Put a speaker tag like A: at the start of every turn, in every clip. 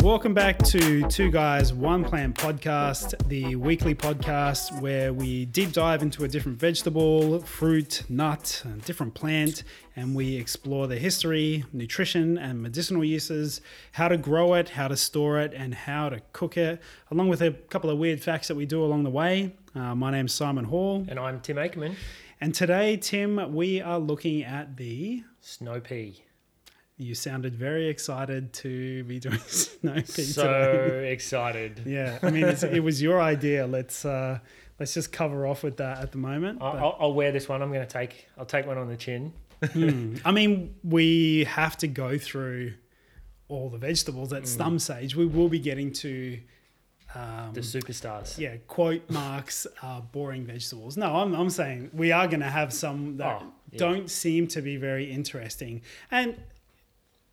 A: Welcome back to Two Guys One Plant podcast, the weekly podcast where we deep dive into a different vegetable, fruit, nut, and different plant, and we explore the history, nutrition, and medicinal uses, how to grow it, how to store it, and how to cook it, along with a couple of weird facts that we do along the way. Uh, my name's Simon Hall,
B: And I'm Tim Akerman.
A: and today, Tim, we are looking at the.
B: Snow pea.
A: You sounded very excited to be doing snow pea today.
B: So excited.
A: Yeah, I mean, it's, it was your idea. Let's uh, let's just cover off with that at the moment.
B: I-
A: But,
B: I'll, I'll wear this one. I'm going to take. I'll take one on the chin.
A: hmm. I mean, we have to go through all the vegetables
B: Mm.
A: at some stage. We will be getting to um,
B: The superstars.
A: yeah quote marks uh, boring vegetables. No, I'm I'm saying we are going to have some that
B: Oh, yeah.
A: don't seem to be very interesting. And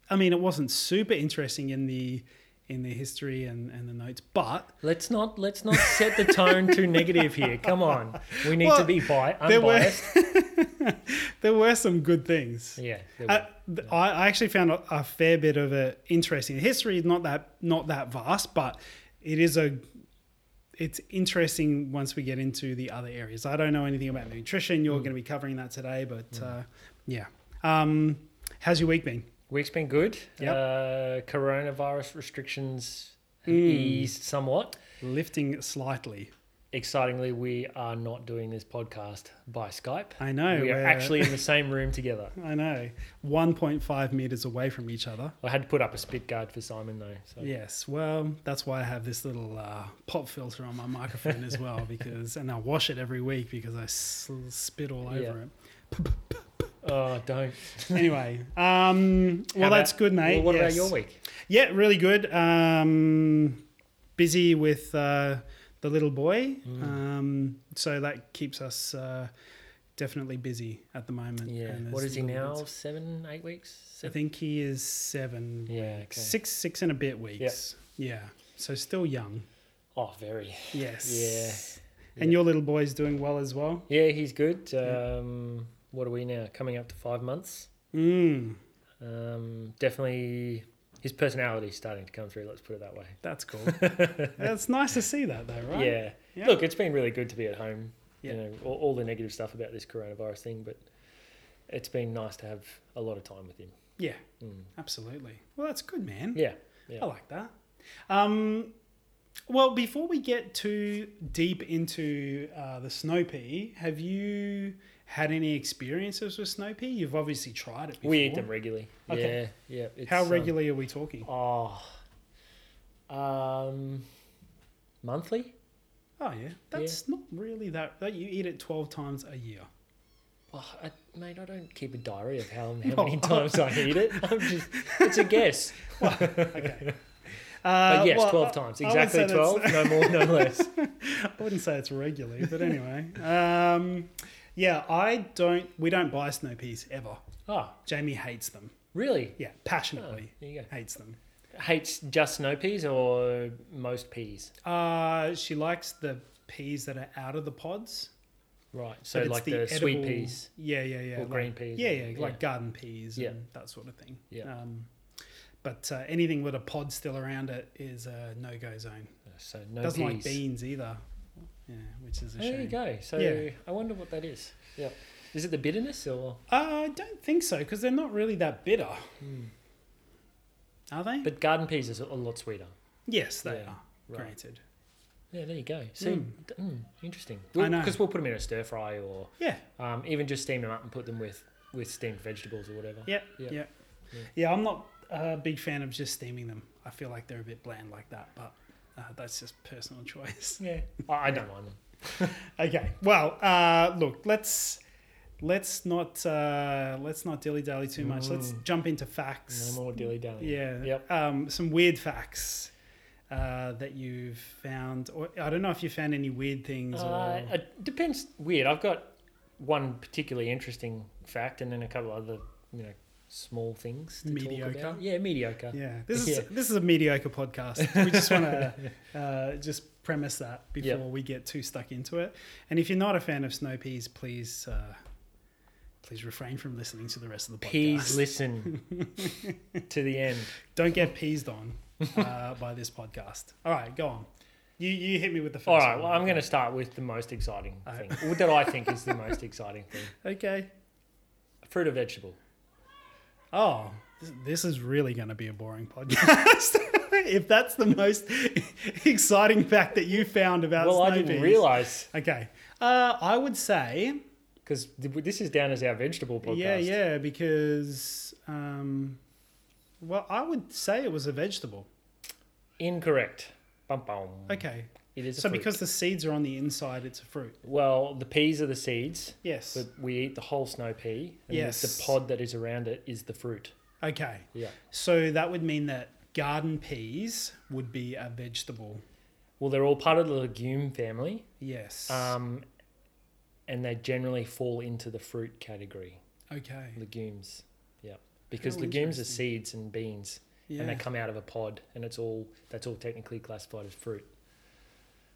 A: I mean, it wasn't super interesting in the in the history and, and the notes, but
B: Let's not. Let's not set the tone too negative here. Come on. We need
A: Well,
B: to be bi-
A: there were-
B: unbiased.
A: there were some good things.
B: yeah. there
A: Uh,
B: were.
A: th- I I actually found a, a fair bit of it interesting. The history is not that not that vast, but it is a it's interesting once we get into the other areas. I don't know anything about nutrition.
B: Hmm.
A: You're going to be covering that today, but uh, yeah. Um, how's your week been?
B: Week's been good.
A: Yep.
B: Uh, coronavirus restrictions have
A: Mm.
B: eased somewhat.
A: Lifting slightly.
B: Excitingly, we are not doing this podcast by Skype.
A: I know.
B: we are
A: we're-
B: actually in the same room together.
A: I know. 1.5 meters away from each other.
B: I had to put up a spit guard for Simon though. So.
A: Yes, well, that's why I have this little uh, pop filter on my microphone as well because, and I wash it every week because I s- spit all over
B: Yeah.
A: it.
B: Oh, don't.
A: Anyway, um, well,
B: How
A: that's
B: about-
A: good, mate.
B: Well, what about
A: yes.
B: your week?
A: Yeah, really good. Um, busy with uh, the little boy,
B: Mm.
A: um, so that keeps us uh, definitely busy at the moment.
B: Yeah.
A: and
B: What
A: there's
B: is he
A: little
B: now?
A: bits-
B: Seven, eight weeks?
A: I
B: Seven?
A: think he is seven,
B: Yeah. Okay.
A: six, six and a bit weeks. Yeah, so still young.
B: Oh, very.
A: Yes.
B: Yeah.
A: And
B: Yeah.
A: your little boy's doing well as well.
B: Yeah, he's good.
A: Yeah.
B: Um, what are we now? Coming up to five months.
A: Mm,
B: Um, definitely his personality's starting to come through, let's put it that way.
A: that's cool. That's nice to see that though, right?
B: Yeah.
A: Yeah.
B: Look, it's been really good to be at home.
A: Yeah.
B: You know, all, all the negative stuff about this coronavirus thing, but it's been nice to have a lot of time with him.
A: Yeah,
B: Mm.
A: absolutely. Well, that's good, man.
B: Yeah. Yeah.
A: I like that. Um, well, before we get too deep into uh, the snow pea, have you had any experiences with snow pea? You've obviously tried it before.
B: We eat them regularly.
A: Okay.
B: Yeah. Yeah. It's,
A: How
B: um,
A: regularly are we talking?
B: Oh, um, monthly?
A: Oh, yeah. That's not really that, that. You eat it 12 times a year.
B: Well, I, mate, I don't keep a diary of how, how
A: No.
B: many times I eat it. I'm just, it's a guess.
A: Okay. Uh,
B: but yes,
A: well,
B: twelve
A: I-
B: times,
A: I would say
B: exactly
A: that's-
B: twelve, no more, no less.
A: I wouldn't say it's regularly, but anyway. Um, yeah, I don't. We don't buy snow peas ever.
B: Oh,
A: Jamie hates them.
B: really?
A: Yeah,
B: Oh,
A: passionately
B: there you go.
A: hates them.
B: Hates just snow peas or most peas?
A: Uh, she likes the peas that are out of the pods.
B: Right.
A: but
B: So
A: it's
B: like the, sweet
A: edible-
B: peas.
A: Yeah, yeah, yeah.
B: or
A: like-
B: green peas
A: Yeah,
B: or-
A: yeah,
B: yeah.
A: like garden peas
B: Yeah.
A: and that sort of thing.
B: Yeah.
A: Um, but uh, anything with a pod still around it is a no go zone.
B: So no
A: Doesn't
B: peas.
A: like beans either. Yeah, which is a
B: There
A: shame.
B: you go. So
A: Yeah.
B: I wonder what that is. Yeah. Is it the bitterness or?
A: Uh, I don't think so because they're not really that bitter, are they?
B: But garden peas is a a lot sweeter.
A: yes, they
B: Yeah,
A: are.
B: right.
A: Granted.
B: Yeah, there you go. See,
A: Mm.
B: d- mm, interesting.
A: I know.
B: Because we'll put them in a stir fry or
A: Yeah,
B: um, even just steam them up and put them with, with steamed vegetables or whatever.
A: yeah, yeah,
B: Yeah.
A: yeah.
B: Yeah.
A: I'm not a big fan of just steaming them. I feel like they're a bit bland like that, but uh, that's just personal choice.
B: Yeah. I, I don't mind them.
A: okay. Well, uh, look, let's let's not uh, let's not dilly dally too much. Let's
B: Mm.
A: jump into facts.
B: No more dilly dally.
A: Yeah.
B: Yep.
A: Um, some weird facts. Uh, that you've found, or I don't know if you found any weird things. Or...
B: Uh, it depends. Weird. I've got one particularly interesting fact and then a couple other, you know, small things to
A: Mediocre?
B: talk about. Yeah, mediocre.
A: Yeah, this is
B: Yeah.
A: this is a mediocre podcast. We just want to uh, just premise that before
B: Yeah.
A: we get too stuck into it. And if you're not a fan of snow peas, please uh, please refrain from listening to the rest of the podcast.
B: Please listen to the end.
A: Don't get peased on uh, by this podcast. All right, go on. You you hit me Uh, with the first.
B: All right. Well,
A: one.
B: I'm going to start with the most exciting
A: All right.
B: thing. What that I think is the most exciting thing:
A: Okay.
B: fruit or vegetable.
A: Oh, this- this is really going to be a boring podcast. if that's the most exciting fact that you found about
B: well,
A: snow
B: I didn't
A: peas.
B: realize
A: Okay. Uh, I would say,
B: because this is down as our vegetable podcast.
A: yeah, yeah, because, um, well, I would say it was a vegetable.
B: Incorrect. Bum, bum.
A: Okay.
B: It is Mm. a
A: So
B: fruit.
A: because the seeds are on the inside, it's a fruit.
B: well, the peas are the seeds,
A: Yes.
B: but we eat the whole snow pea, and
A: Yes.
B: the pod that is around it is the fruit.
A: Okay.
B: Yeah.
A: So that would mean that garden peas would be a vegetable.
B: Well, they're all part of the legume family,
A: Yes.
B: um, and they generally fall into the fruit category.
A: okay.
B: Legumes, yeah, because
A: How
B: legumes are
A: interesting.
B: seeds and beans,
A: Yeah.
B: and they come out of a pod, and it's all that's all technically classified as fruit.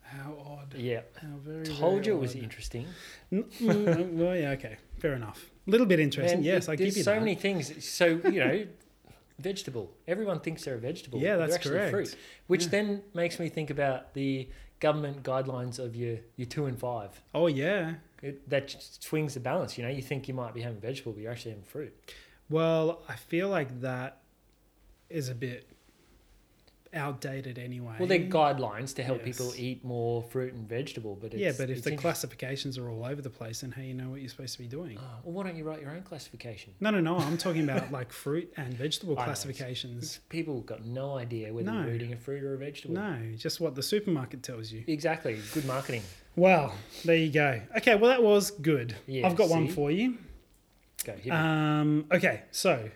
A: How odd.
B: Yeah,
A: How very.
B: told
A: very
B: you it was
A: odd.
B: interesting.
A: N- mm, well, yeah, okay, fair enough. A little bit interesting,
B: Man,
A: yes,
B: there-
A: I give
B: there's
A: you
B: so
A: that.
B: many things. So you know, vegetable. Everyone thinks they're a vegetable.
A: Yeah,
B: but they're
A: that's
B: actually
A: correct.
B: Fruit, which
A: Yeah.
B: then makes me think about the government guidelines of your your two and five.
A: Oh yeah.
B: It, that just swings the balance. You know, you think you might be having vegetable, but you're actually having fruit.
A: Well, I feel like that is a bit outdated anyway.
B: Well, they're guidelines to help people
A: Yes.
B: eat more fruit and vegetable, but it's,
A: yeah, but if
B: it's
A: the
B: inter-
A: classifications are all over the place, then how you know what you're supposed to be doing?
B: Ah, well, why don't you write your own classification?
A: No, no, no. I'm talking about like fruit and vegetable
B: I know, it's-
A: classifications.
B: People got no idea whether
A: No.
B: you're eating a fruit or a vegetable.
A: No, just what the supermarket tells you.
B: Exactly. Good marketing.
A: Well, there you go. Okay, well that was good.
B: Yeah,
A: I've got one
B: see?
A: for you.
B: Go. Hit me.
A: Um, okay, so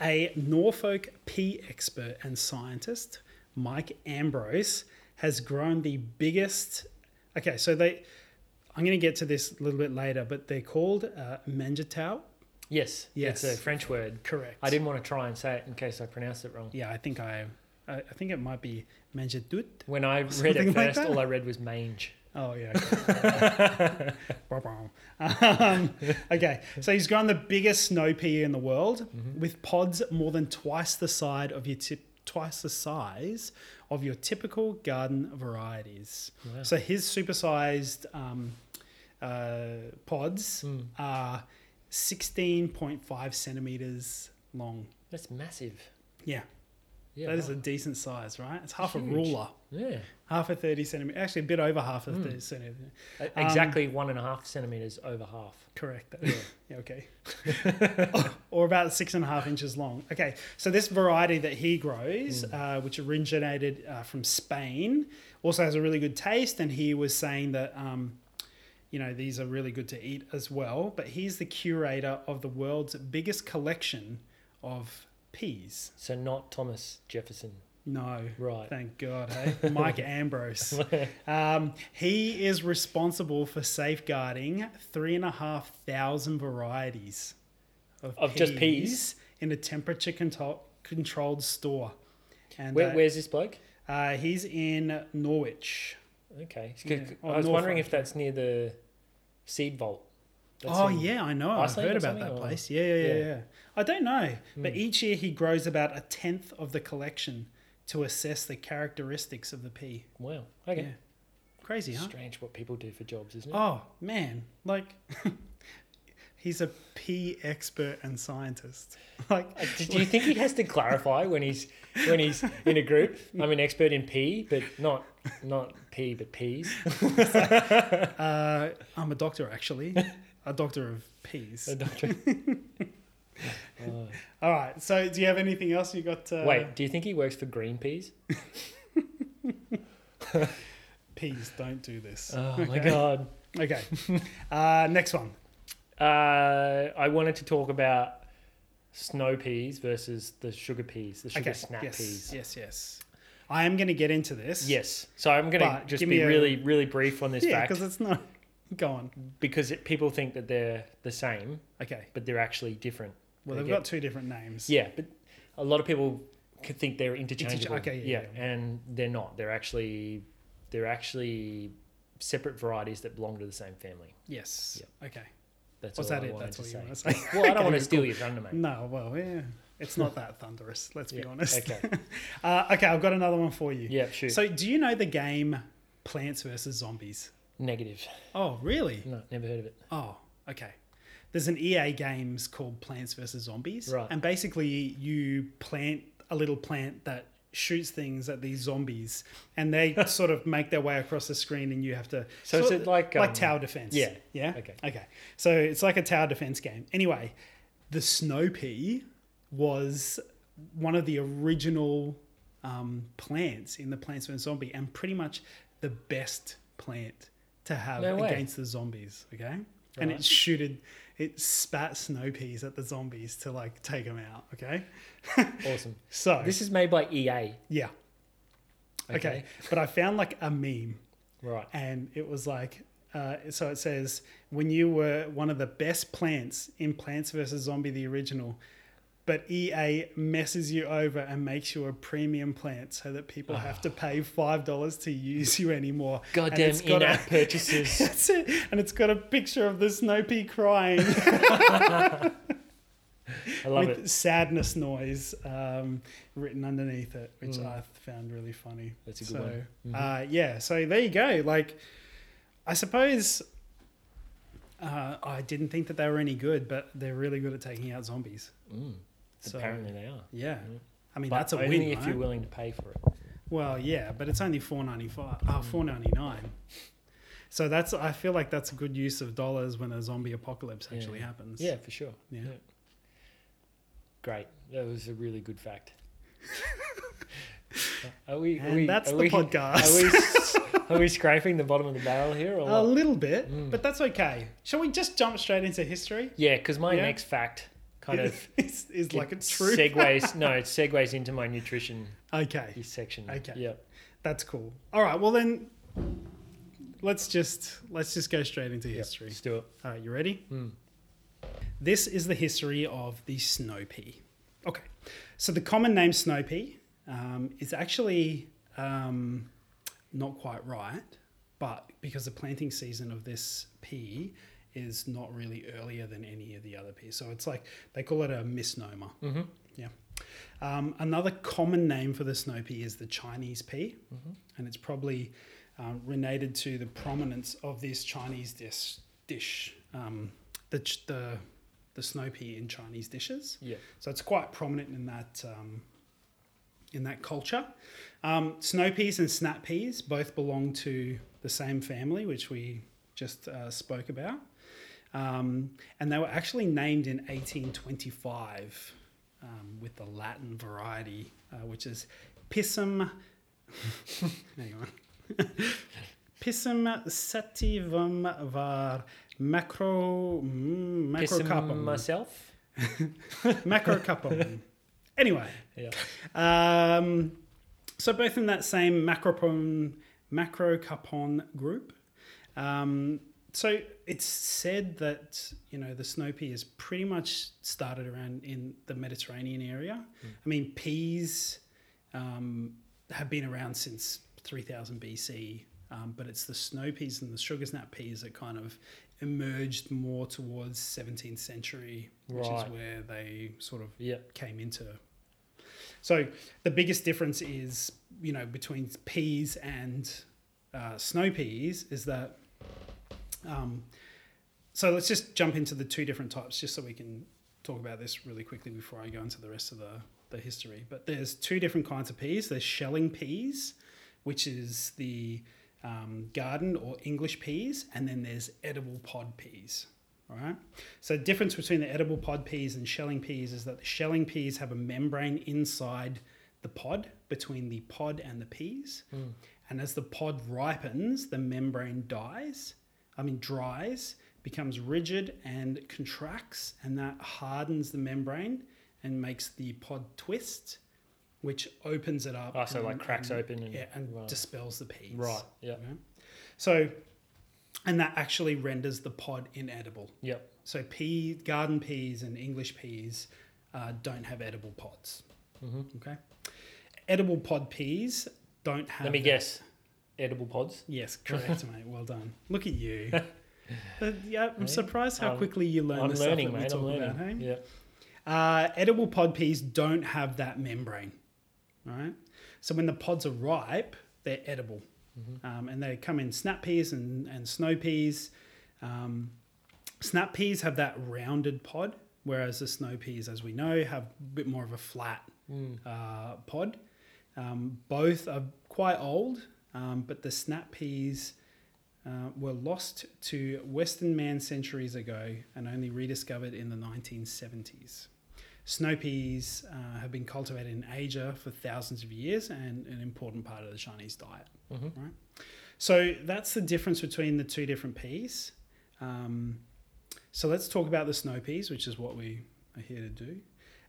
A: a Norfolk pea expert and scientist, Mike Ambrose, has grown the biggest. Okay, so they. I'm going to get to this a little bit later, but they're called uh, mangitao.
B: yes.
A: yes.
B: It's a French word.
A: Correct.
B: I didn't want to try and say it in case I pronounced it wrong.
A: Yeah, I think I. I I think it might be manjitut.
B: When I read
A: Something
B: it
A: like
B: first,
A: that?
B: all I read was mange.
A: Oh yeah. okay. um, okay, so he's grown the biggest snow pea in the world
B: Mm-hmm.
A: with pods more than twice the side of your tip, twice the size of your typical garden varieties.
B: Wow.
A: So his supersized um, uh, pods
B: Mm.
A: are sixteen point five centimeters long.
B: That's massive.
A: Yeah,
B: Yeah.
A: that is a
B: wow.
A: decent size, right? It's half a
B: Huge.
A: ruler,
B: yeah.
A: half a thirty centimeter, actually a bit over half a
B: Mm.
A: thirty centimeter.
B: E- Exactly one and a half centimeters over half.
A: Correct.
B: Yeah.
A: Yeah, okay. or about six and a half inches long. Okay, so this variety that he grows, uh, which originated uh, from Spain, also has a really good taste. And he was saying that, um, you know, these are really good to eat as well. But he's the curator of the world's biggest collection of peas.
B: So not Thomas Jefferson.
A: No.
B: Right.
A: Thank God, hey? Mike Ambrose. Um, he is responsible for safeguarding three and a half thousand varieties of,
B: Of just peas?
A: in a temperature control, controlled store. And
B: Where,
A: uh,
B: where's this bloke?
A: uh, he's in Norwich.
B: Okay. It's
A: Yeah,
B: good-
A: or
B: I was wondering
A: Norfolk.
B: if that's near the seed vault. That's
A: oh
B: in-
A: yeah, I know. I've
B: Iceland
A: heard
B: or
A: about that
B: something, or-
A: place. Yeah, yeah, yeah,
B: Yeah.
A: yeah. I don't know, but
B: Mm.
A: each year he grows about a tenth of the collection to assess the characteristics of the pea.
B: Wow. Okay.
A: Yeah. Crazy, huh?
B: Strange what people do for jobs, isn't it?
A: Oh man, like he's a pea expert and scientist. Like
B: Uh, Do do you think he has to clarify when he's when he's in a group? I'm an expert in pea, but not not pea, but peas.
A: uh, I'm a doctor actually, a doctor of peas.
B: A doctor. Oh.
A: All right. So do you have anything else you got? Uh,
B: Wait, do you think he works for Green Peas?
A: peas don't do this.
B: Oh my god.
A: Okay. Uh, next one.
B: Uh, I wanted to talk about snow peas versus the sugar peas, the sugar
A: Okay.
B: snap
A: yes.
B: peas.
A: Yes. Yes. I am going to get into this.
B: Yes. So I'm going to
A: But
B: just
A: give me
B: be
A: a-
B: really, really brief on this
A: Yeah,
B: fact
A: because it's not. Go on.
B: because it, people think that they're the same,
A: Okay.
B: but they're actually different.
A: Well,
B: They
A: they've
B: get-
A: got two different names.
B: Yeah, but a lot of people could think they're interchangeable.
A: okay, yeah,
B: and they're not. They're actually they're actually separate varieties that belong to the same family.
A: Yes. Okay.
B: That's
A: Was
B: all
A: that
B: I
A: it?
B: wanted
A: That's
B: to
A: what you
B: say.
A: want to say.
B: Well, I don't
A: Okay,
B: want to
A: cool.
B: steal your thunder, mate.
A: No, well, yeah. It's not that thunderous, let's be
B: Yeah,
A: honest.
B: Okay.
A: Uh, okay, I've got another one for you.
B: Yeah, shoot.
A: So, do you know the game Plants vs. Zombies?
B: Negative.
A: Oh, really?
B: No, never heard of it.
A: Oh, okay. There's an EA games called Plants vs Zombies,
B: Right.
A: and basically you plant a little plant that shoots things at these zombies, and they sort of make their way across the screen, and you have to.
B: So is
A: sort-
B: it like,
A: like
B: um,
A: tower defense?
B: yeah,
A: yeah.
B: okay.
A: okay. So it's like a tower defense game. Anyway, the snow pea was one of the original um, plants in the Plants vs Zombie, and pretty much the best plant to have
B: No way.
A: against the zombies. Okay, and it
B: Right.
A: shooted, it spat snow peas at the zombies to like take them out. Okay,
B: Awesome.
A: so
B: This is made by E EA.
A: yeah, okay.
B: Okay.
A: But I found like a meme,
B: Right.
A: and it was like. Uh, so it says when you were one of the best plants in Plants vs Zombie the original, but EA messes you over and makes you a premium plant so that people have to pay five dollars to use you anymore. And
B: Ah. Goddamn E
A: it's got a-
B: in-app purchases.
A: That's it. And it's got a picture of the snow pea crying
B: I love
A: with
B: it.
A: sadness noise um, written underneath it, which I found really funny.
B: Mm. That's a good
A: so,
B: one. Mm-hmm.
A: Uh, yeah, so there you go. Like, I suppose uh, I didn't think that they were any good, but they're really good at taking out zombies.
B: Mm.
A: So,
B: Apparently they are.
A: yeah. I mean,
B: Mm-hmm. But
A: that's a
B: only
A: win,
B: if
A: right?
B: you're willing to pay for it.
A: Well, yeah, but it's only four ninety five. Oh,
B: Mm-hmm.
A: four ninety nine. So that's. I feel like that's a good use of dollars when a zombie apocalypse
B: Yeah.
A: actually happens.
B: Yeah, for sure.
A: Yeah.
B: Great. That was a really good fact. are we? Are
A: And
B: we,
A: that's
B: are
A: the
B: we,
A: podcast.
B: Are we, s- are we scraping the bottom of the barrel here, or
A: A
B: what?
A: little bit,
B: Mm.
A: but that's okay. Shall we just jump straight into history?
B: yeah? Because my
A: Yeah.
B: next fact kind of
A: is, is like
B: it
A: it's true.
B: segues. no, it segues into my nutrition
A: okay,
B: section.
A: Okay.
B: Yeah.
A: that's cool. All right, well then, let's just let's just go straight into history.
B: Let's do it.
A: All right, you ready?
B: Mm.
A: This is the history of the snow pea. Okay, so the common name snow pea um, is actually um, not quite right, but because the planting season of this pea is not really earlier than any of the other peas, so it's like they call it a misnomer. Mm-hmm. Yeah. Um, another common name for the snow pea is the Chinese pea, and it's probably um, related to the prominence of this Chinese dish, dish um, the, ch- the, the snow pea in Chinese dishes.
B: Yeah.
A: So it's quite prominent in that um, in that culture. Um, snow peas and snap peas both belong to the same family, which we just uh, spoke about, um, and they were actually named in 1825 um, with the Latin variety, uh, which is Pisum. hang on. Pisum sativum var macro mm,
B: Pissing
A: macrocapum
B: myself.
A: macro capone. Anyway,
B: Yeah.
A: um, so both in that same macropon macro capon group. Um, so it's said that you know the snow pea is pretty much started around in the Mediterranean area. I mean, peas um, have been around since 3000 BC, um, but it's the snow peas and the sugar snap peas that kind of emerged more towards 17th century, which
B: Right.
A: is where they sort of
B: Yeah.
A: came into. So the biggest difference is, you know, between peas and uh, snow peas is that. Um, so let's just jump into the two different types, just so we can talk about this really quickly before I go into the rest of the, the history. But there's two different kinds of peas. There's shelling peas, which is the um, garden or English peas, and then there's edible pod peas. All right. So the difference between the edible pod peas and shelling peas is that the shelling peas have a membrane inside the pod between the pod and the peas.
B: Hmm.
A: And as the pod ripens, the membrane dies, I mean dries, becomes rigid and contracts, and that hardens the membrane and makes the pod twist, which opens it up.
B: Oh, so
A: and-
B: like cracks
A: and-
B: open and
A: yeah, and
B: right.
A: dispels the peas.
B: right. Yeah.
A: Okay. So, and that actually renders the pod inedible.
B: Yep.
A: So pea, garden peas and English peas uh, don't have edible pods.
B: Mhm.
A: Okay. Edible pod peas don't have.
B: Let me
A: that-
B: guess. edible pods.
A: Yes, correct, mate. Well done. Look at you. But, yeah, I'm
B: Hey,
A: surprised how
B: I'm-
A: quickly you learn
B: I'm
A: the
B: learning,
A: stuff that
B: mate. I'm
A: we talk
B: learning.
A: about. Hey?
B: Yeah.
A: Uh, edible pod peas don't have that membrane, right? So when the pods are ripe, they're edible, um, and they come in snap peas and, and snow peas. Um, snap peas have that rounded pod, whereas the snow peas, as we know, have a bit more of a flat
B: Mm.
A: uh, pod. Um, both are quite old, um, but the snap peas uh, were lost to Western man centuries ago and only rediscovered in the 1970s. Snow peas uh, have been cultivated in Asia for thousands of years and an important part of the Chinese diet.
B: Mhm.
A: Right? So that's the difference between the two different peas. Um, so let's talk about the snow peas, which is what we are here to do.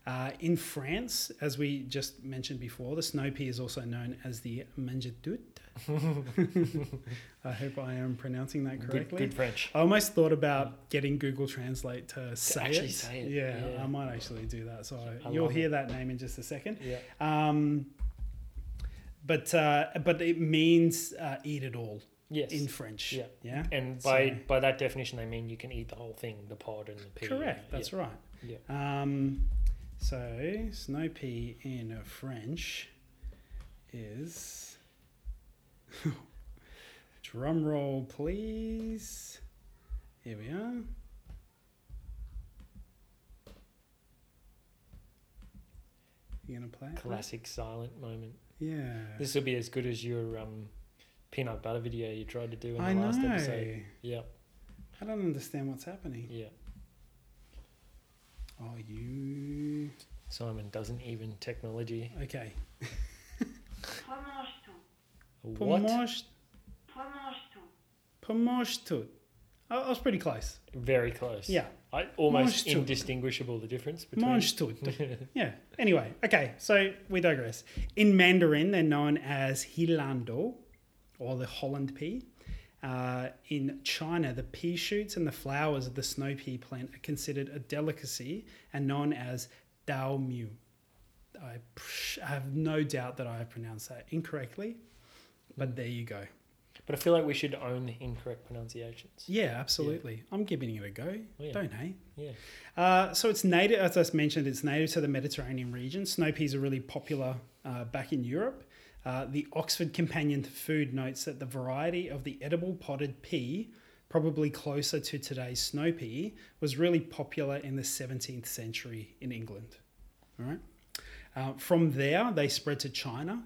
A: Uh, in France, as we just mentioned before, the snow pea is also known as the mangetut. I hope I am pronouncing that
B: Good,
A: correctly.
B: good French.
A: I almost thought about getting Google Translate to, say,
B: actually
A: it.
B: say it,
A: Yeah,
B: yeah.
A: I might actually do that. So
B: I
A: you'll
B: love
A: hear that name in just a second.
B: Yeah.
A: Um, but uh, but it means uh, eat it all
B: Yes.
A: in French.
B: Yeah.
A: Yeah.
B: and by
A: so-
B: by that definition, they mean you can eat the whole thing, the pod and the pea.
A: Correct. That's right.
B: E. Yeah.
A: Um, so snow pea in French is drum roll, please. Here we are. You gonna play? it, mate?
B: Classic silent moment.
A: Yeah.
B: This will be as good as your um, peanut butter video you tried to do in
A: I
B: the
A: know.
B: last episode. Yeah.
A: I don't understand what's happening.
B: Yeah.
A: Oh, you.
B: Simon doesn't even technology.
A: Okay.
C: Pois mange tout.
B: What?
A: Pomosh,
C: Pois mange tout.
A: pomosh tut. I I was pretty close.
B: Very close.
A: Yeah.
B: I, almost
A: Monster.
B: indistinguishable the difference between.
A: Monstut. yeah. Anyway, okay, so we digress. In Mandarin, they're known as Hilando or the Holland pea. Uh, in China, the pea shoots and the flowers of the snow pea plant are considered a delicacy and known as Dao Mu. I pr- have no doubt that I have pronounced that incorrectly,
B: Hmm.
A: but there you go.
B: But I feel like we should own the incorrect pronunciations.
A: Yeah, absolutely. I'm giving it a go.
B: Oh, yeah.
A: Don't hate.
B: Yeah.
A: Uh, so it's native, as I mentioned, it's native to the Mediterranean region. Snow peas are really popular uh, back in Europe. Uh, the Oxford Companion to Food notes that the variety of the edible potted pea, probably closer to today's snow pea, was really popular in the 17th century in England. All right. Uh, from there, they spread to China,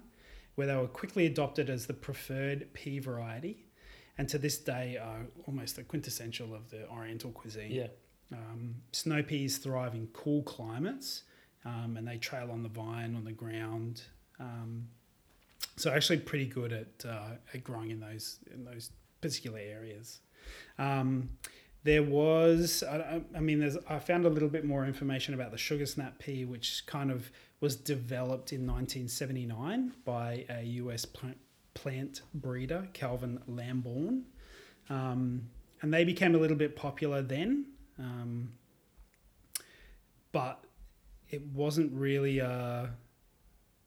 A: where they were quickly adopted as the preferred pea variety, and to this day are almost the quintessential of the Oriental cuisine.
B: Yeah.
A: Um, snow peas thrive in cool climates um, and they trail on the vine, on the ground. Um, so actually pretty good at, uh, at growing in those, in those particular areas. Um, there was, I, I- I mean, there's, I found a little bit more information about the sugar snap pea, which kind of was developed in 1979 by a US plant, plant breeder, Calvin Lamborn. Um, and they became a little bit popular then, um, but it wasn't really. Uh,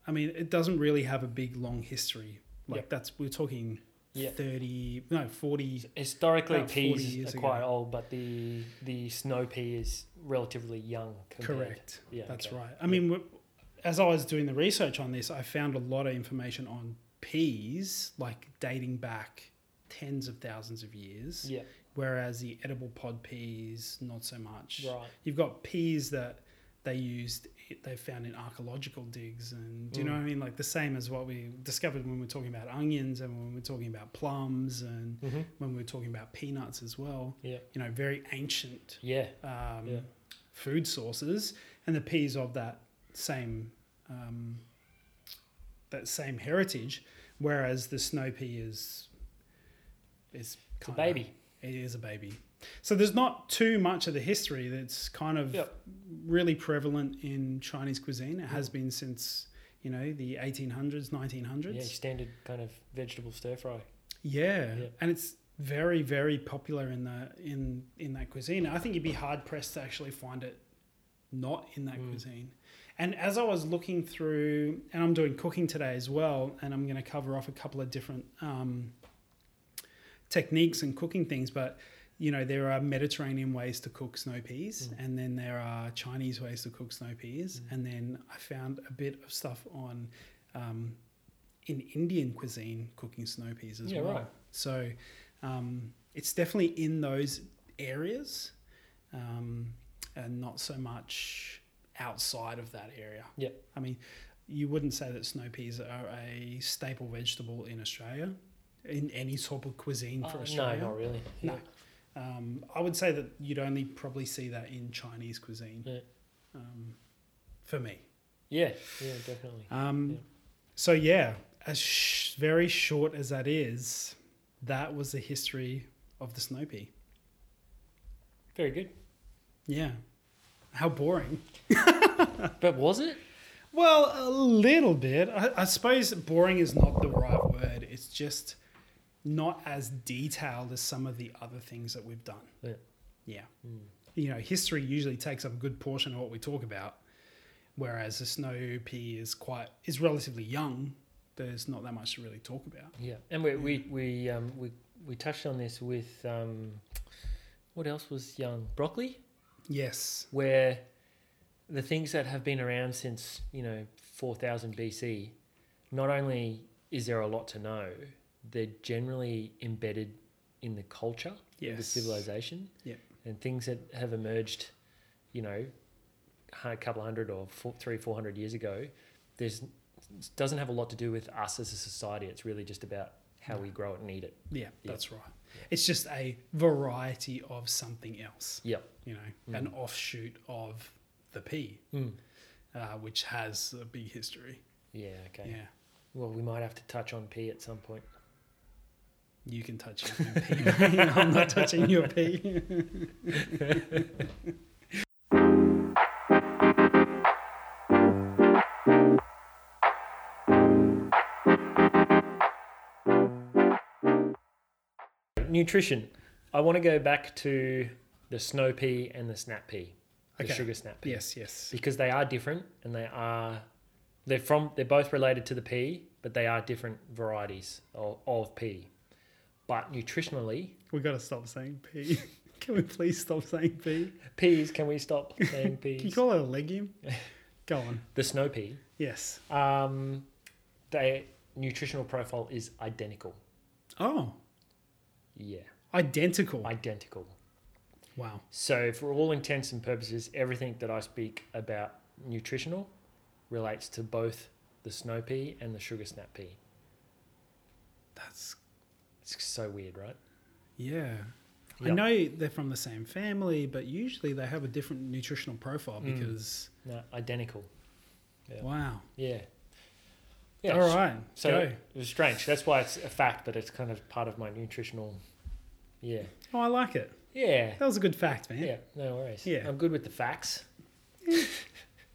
A: I mean, it doesn't really have a big long history. Like
B: Yep.
A: that's we're talking
B: Yeah.
A: thirty, no forty.
B: Historically,
A: About 40
B: peas
A: years
B: are quite
A: ago.
B: old, but the the snow pea is relatively young. Compared.
A: Correct.
B: Yeah,
A: That's
B: okay.
A: right. I mean, w- as I was doing the research on this, I found a lot of information on peas, like dating back tens of thousands of years,
B: Yeah.
A: whereas the edible pod peas, not so much.
B: Right.
A: You've got peas that they used, they found in archaeological digs, and do you know
B: Mm.
A: what I mean? Like the same as what we discovered when we're talking about onions and when we're talking about plums and
B: Mhm.
A: when we're talking about peanuts as well.
B: Yeah.
A: You know, very ancient
B: Yeah.
A: um,
B: Yeah.
A: food sources, and the peas of that same um, that same heritage, whereas the snow pea is is
B: It's a
A: kinda-
B: baby.
A: It is a baby. So there's not too much of the history that's kind of
B: Yep. Mm.
A: really prevalent in Chinese cuisine. It has been since you know the 1800s, 1900s.
B: Yeah. Standard kind of vegetable stir fry.
A: Yeah,
B: Yeah.
A: and it's very very popular in the in in that cuisine. I think you'd be hard pressed to actually find it not in
B: Mm.
A: that cuisine. And as I was looking through, and I'm doing cooking today as well, and I'm going to cover off a couple of different um, techniques and cooking things, but you know, there are Mediterranean ways to cook snow peas,
B: Mm.
A: and then there are Chinese ways to cook snow peas, and then I found a bit of stuff on um, in Indian cuisine cooking snow peas as
B: Yeah,
A: well.
B: right.
A: So um, it's definitely in those areas, um, and not so much outside of that area.
B: Yep.
A: I mean, you wouldn't say that snow peas are a staple vegetable in Australia, in any sort of cuisine for
B: Uh,
A: Australia.
B: No, not really.
A: No.
B: Yeah.
A: Um, I would say that you'd only probably see that in Chinese cuisine.
B: Yeah.
A: Um, for me.
B: Yeah, yeah, definitely.
A: Um,
B: Yeah.
A: So yeah, as sh- very short as that is, that was the history of the snow pea.
B: Very good.
A: Yeah. How boring. Uh,
B: But was it?
A: Well, a little bit. I, I suppose boring is not the right word. It's just not as detailed as some of the other things that we've done.
B: Yeah.
A: Yeah.
B: Mm.
A: You know, history usually takes up a good portion of what we talk about, whereas the snow pea is quite is relatively young. There's not that much to really talk about.
B: Yeah, and we we we um, we, we touched on this with um, what else was young broccoli,
A: Yes.
B: where the things that have been around since you know four thousand BC, not only is there a lot to know, they're generally embedded in the culture of the
A: Yes.
B: civilization.
A: Yeah.
B: and things that have emerged, you know, a couple hundred or four, three four hundred years ago, there's doesn't have a lot to do with us as a society. It's really just about how we grow it and eat it.
A: Yeah,
B: Yeah.
A: that's right. It's just a variety of something else.
B: Yep.
A: You
B: Hmm.
A: know, an offshoot of the pea, uh, which has a big history.
B: Yeah. Okay.
A: Yeah.
B: Well, we might have to touch on pea at some point.
A: You can touch your pee. I'm not touching your pee.
B: Nutrition. I want to go back to the snow pea and the snap pea, the
A: Okay.
B: sugar snap pea,
A: yes, yes.
B: because they are different and they are they're from they're both related to the pea, but they are different varieties of, of pea. But nutritionally,
A: We've got to stop saying pee. Can we please stop saying pee?
B: peas. Can we stop saying
A: Can you
B: peas?
A: call it a legume? Go on.
B: the snow pea.
A: Yes.
B: Um, their nutritional profile is identical.
A: Oh,
B: Yeah,
A: identical.
B: identical.
A: wow.
B: So, for all intents and purposes, everything that I speak about nutritional relates to both the snow pea and the sugar snap pea.
A: That's,
B: It's so weird, right?
A: yeah. I
B: Yep.
A: know they're from the same family, but usually they have a different nutritional profile
B: Mm.
A: because,
B: No, identical. Yeah.
A: wow.
B: Yeah. Yeah.
A: All right.
B: So
A: go.
B: it was strange. That's why it's a fact, but it's kind of part of my nutritional. Yeah.
A: Oh, I like it.
B: Yeah.
A: That was a good fact, man.
B: Yeah. No worries.
A: Yeah.
B: I'm good with the facts.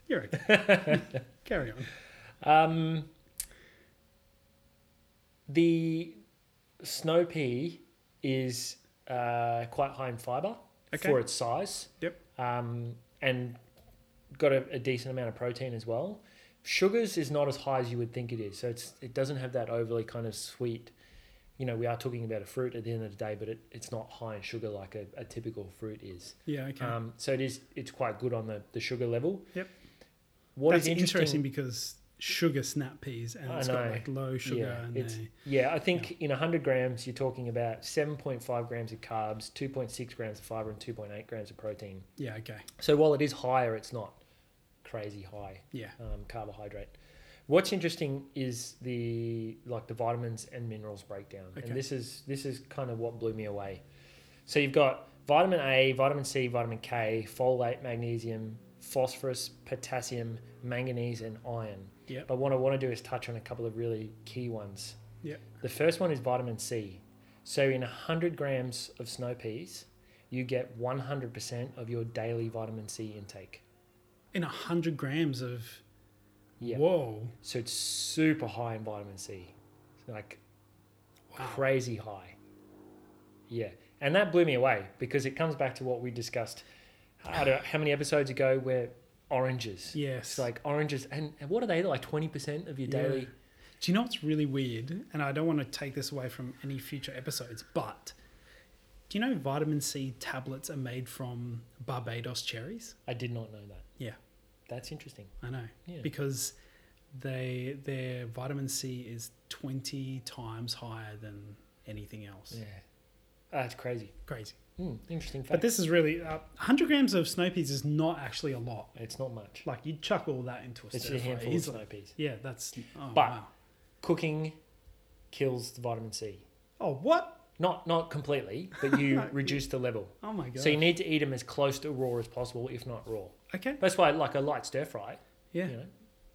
A: You're okay. Carry on.
B: Um, the snow pea is uh, quite high in fiber
A: Okay.
B: for its size.
A: Yep.
B: Um, and got a, a decent amount of protein as well. Sugars is not as high as you would think it is, so it's it doesn't have that overly kind of sweet. You know, we are talking about a fruit at the end of the day, but it, it's not high in sugar like a, a typical fruit is.
A: Yeah, okay.
B: Um, so it is it's quite good on the, the sugar level.
A: Yep.
B: What is
A: That's interesting, because sugar snap peas and
B: I
A: it's got
B: know.
A: like low sugar
B: Yeah,
A: and
B: it's-
A: they,
B: Yeah, I think in 100 grams, you're talking about 7.5 grams of carbs, 2.6 grams of fiber, and 2.8 grams of protein.
A: yeah, okay.
B: So while it is higher, it's not crazy high
A: Yeah.
B: um, carbohydrate. What's interesting is the like the vitamins and minerals breakdown,
A: Okay.
B: and this is this is kind of what blew me away. So you've got vitamin A, vitamin C, vitamin K, folate, magnesium, phosphorus, potassium, manganese, and iron.
A: Yep.
B: But what I want to do is touch on a couple of really key ones.
A: Yep.
B: The first one is vitamin C. So in 100 grams of snow peas, you get 100% of your daily vitamin C intake.
A: In a hundred grams of
B: Yeah.
A: whoa.
B: So it's super high in vitamin C, like
A: Wow.
B: crazy high. Yeah, and that blew me away because it comes back to what we discussed. I don't know how many episodes ago where oranges.
A: Yes.
B: It's like oranges, and, and what are they like? Twenty percent of your
A: Yeah.
B: daily.
A: Do you know what's really weird? And I don't want to take this away from any future episodes, but do you know vitamin C tablets are made from Barbados cherries?
B: I did not know that.
A: Yeah.
B: That's interesting.
A: I know.
B: Yeah.
A: Because they their vitamin C is 20 times higher than anything else.
B: Yeah. That's Ah, crazy.
A: Crazy.
B: Mm, interesting fact.
A: But this is really uh, 100 grams of snow peas is not actually a lot.
B: it's not much.
A: Like you'd chuck all that into a
B: It's
A: stir
B: a
A: fry
B: handful of
A: easily.
B: snow peas.
A: Yeah, that's oh,
B: But-
A: wow.
B: Cooking kills the vitamin C.
A: Oh, what?
B: Not not completely, but you reduce the level.
A: Oh my god.
B: So you need to eat them as close to raw as possible, if not raw.
A: okay.
B: That's why, like a light stir fry,
A: Yeah.
B: you know,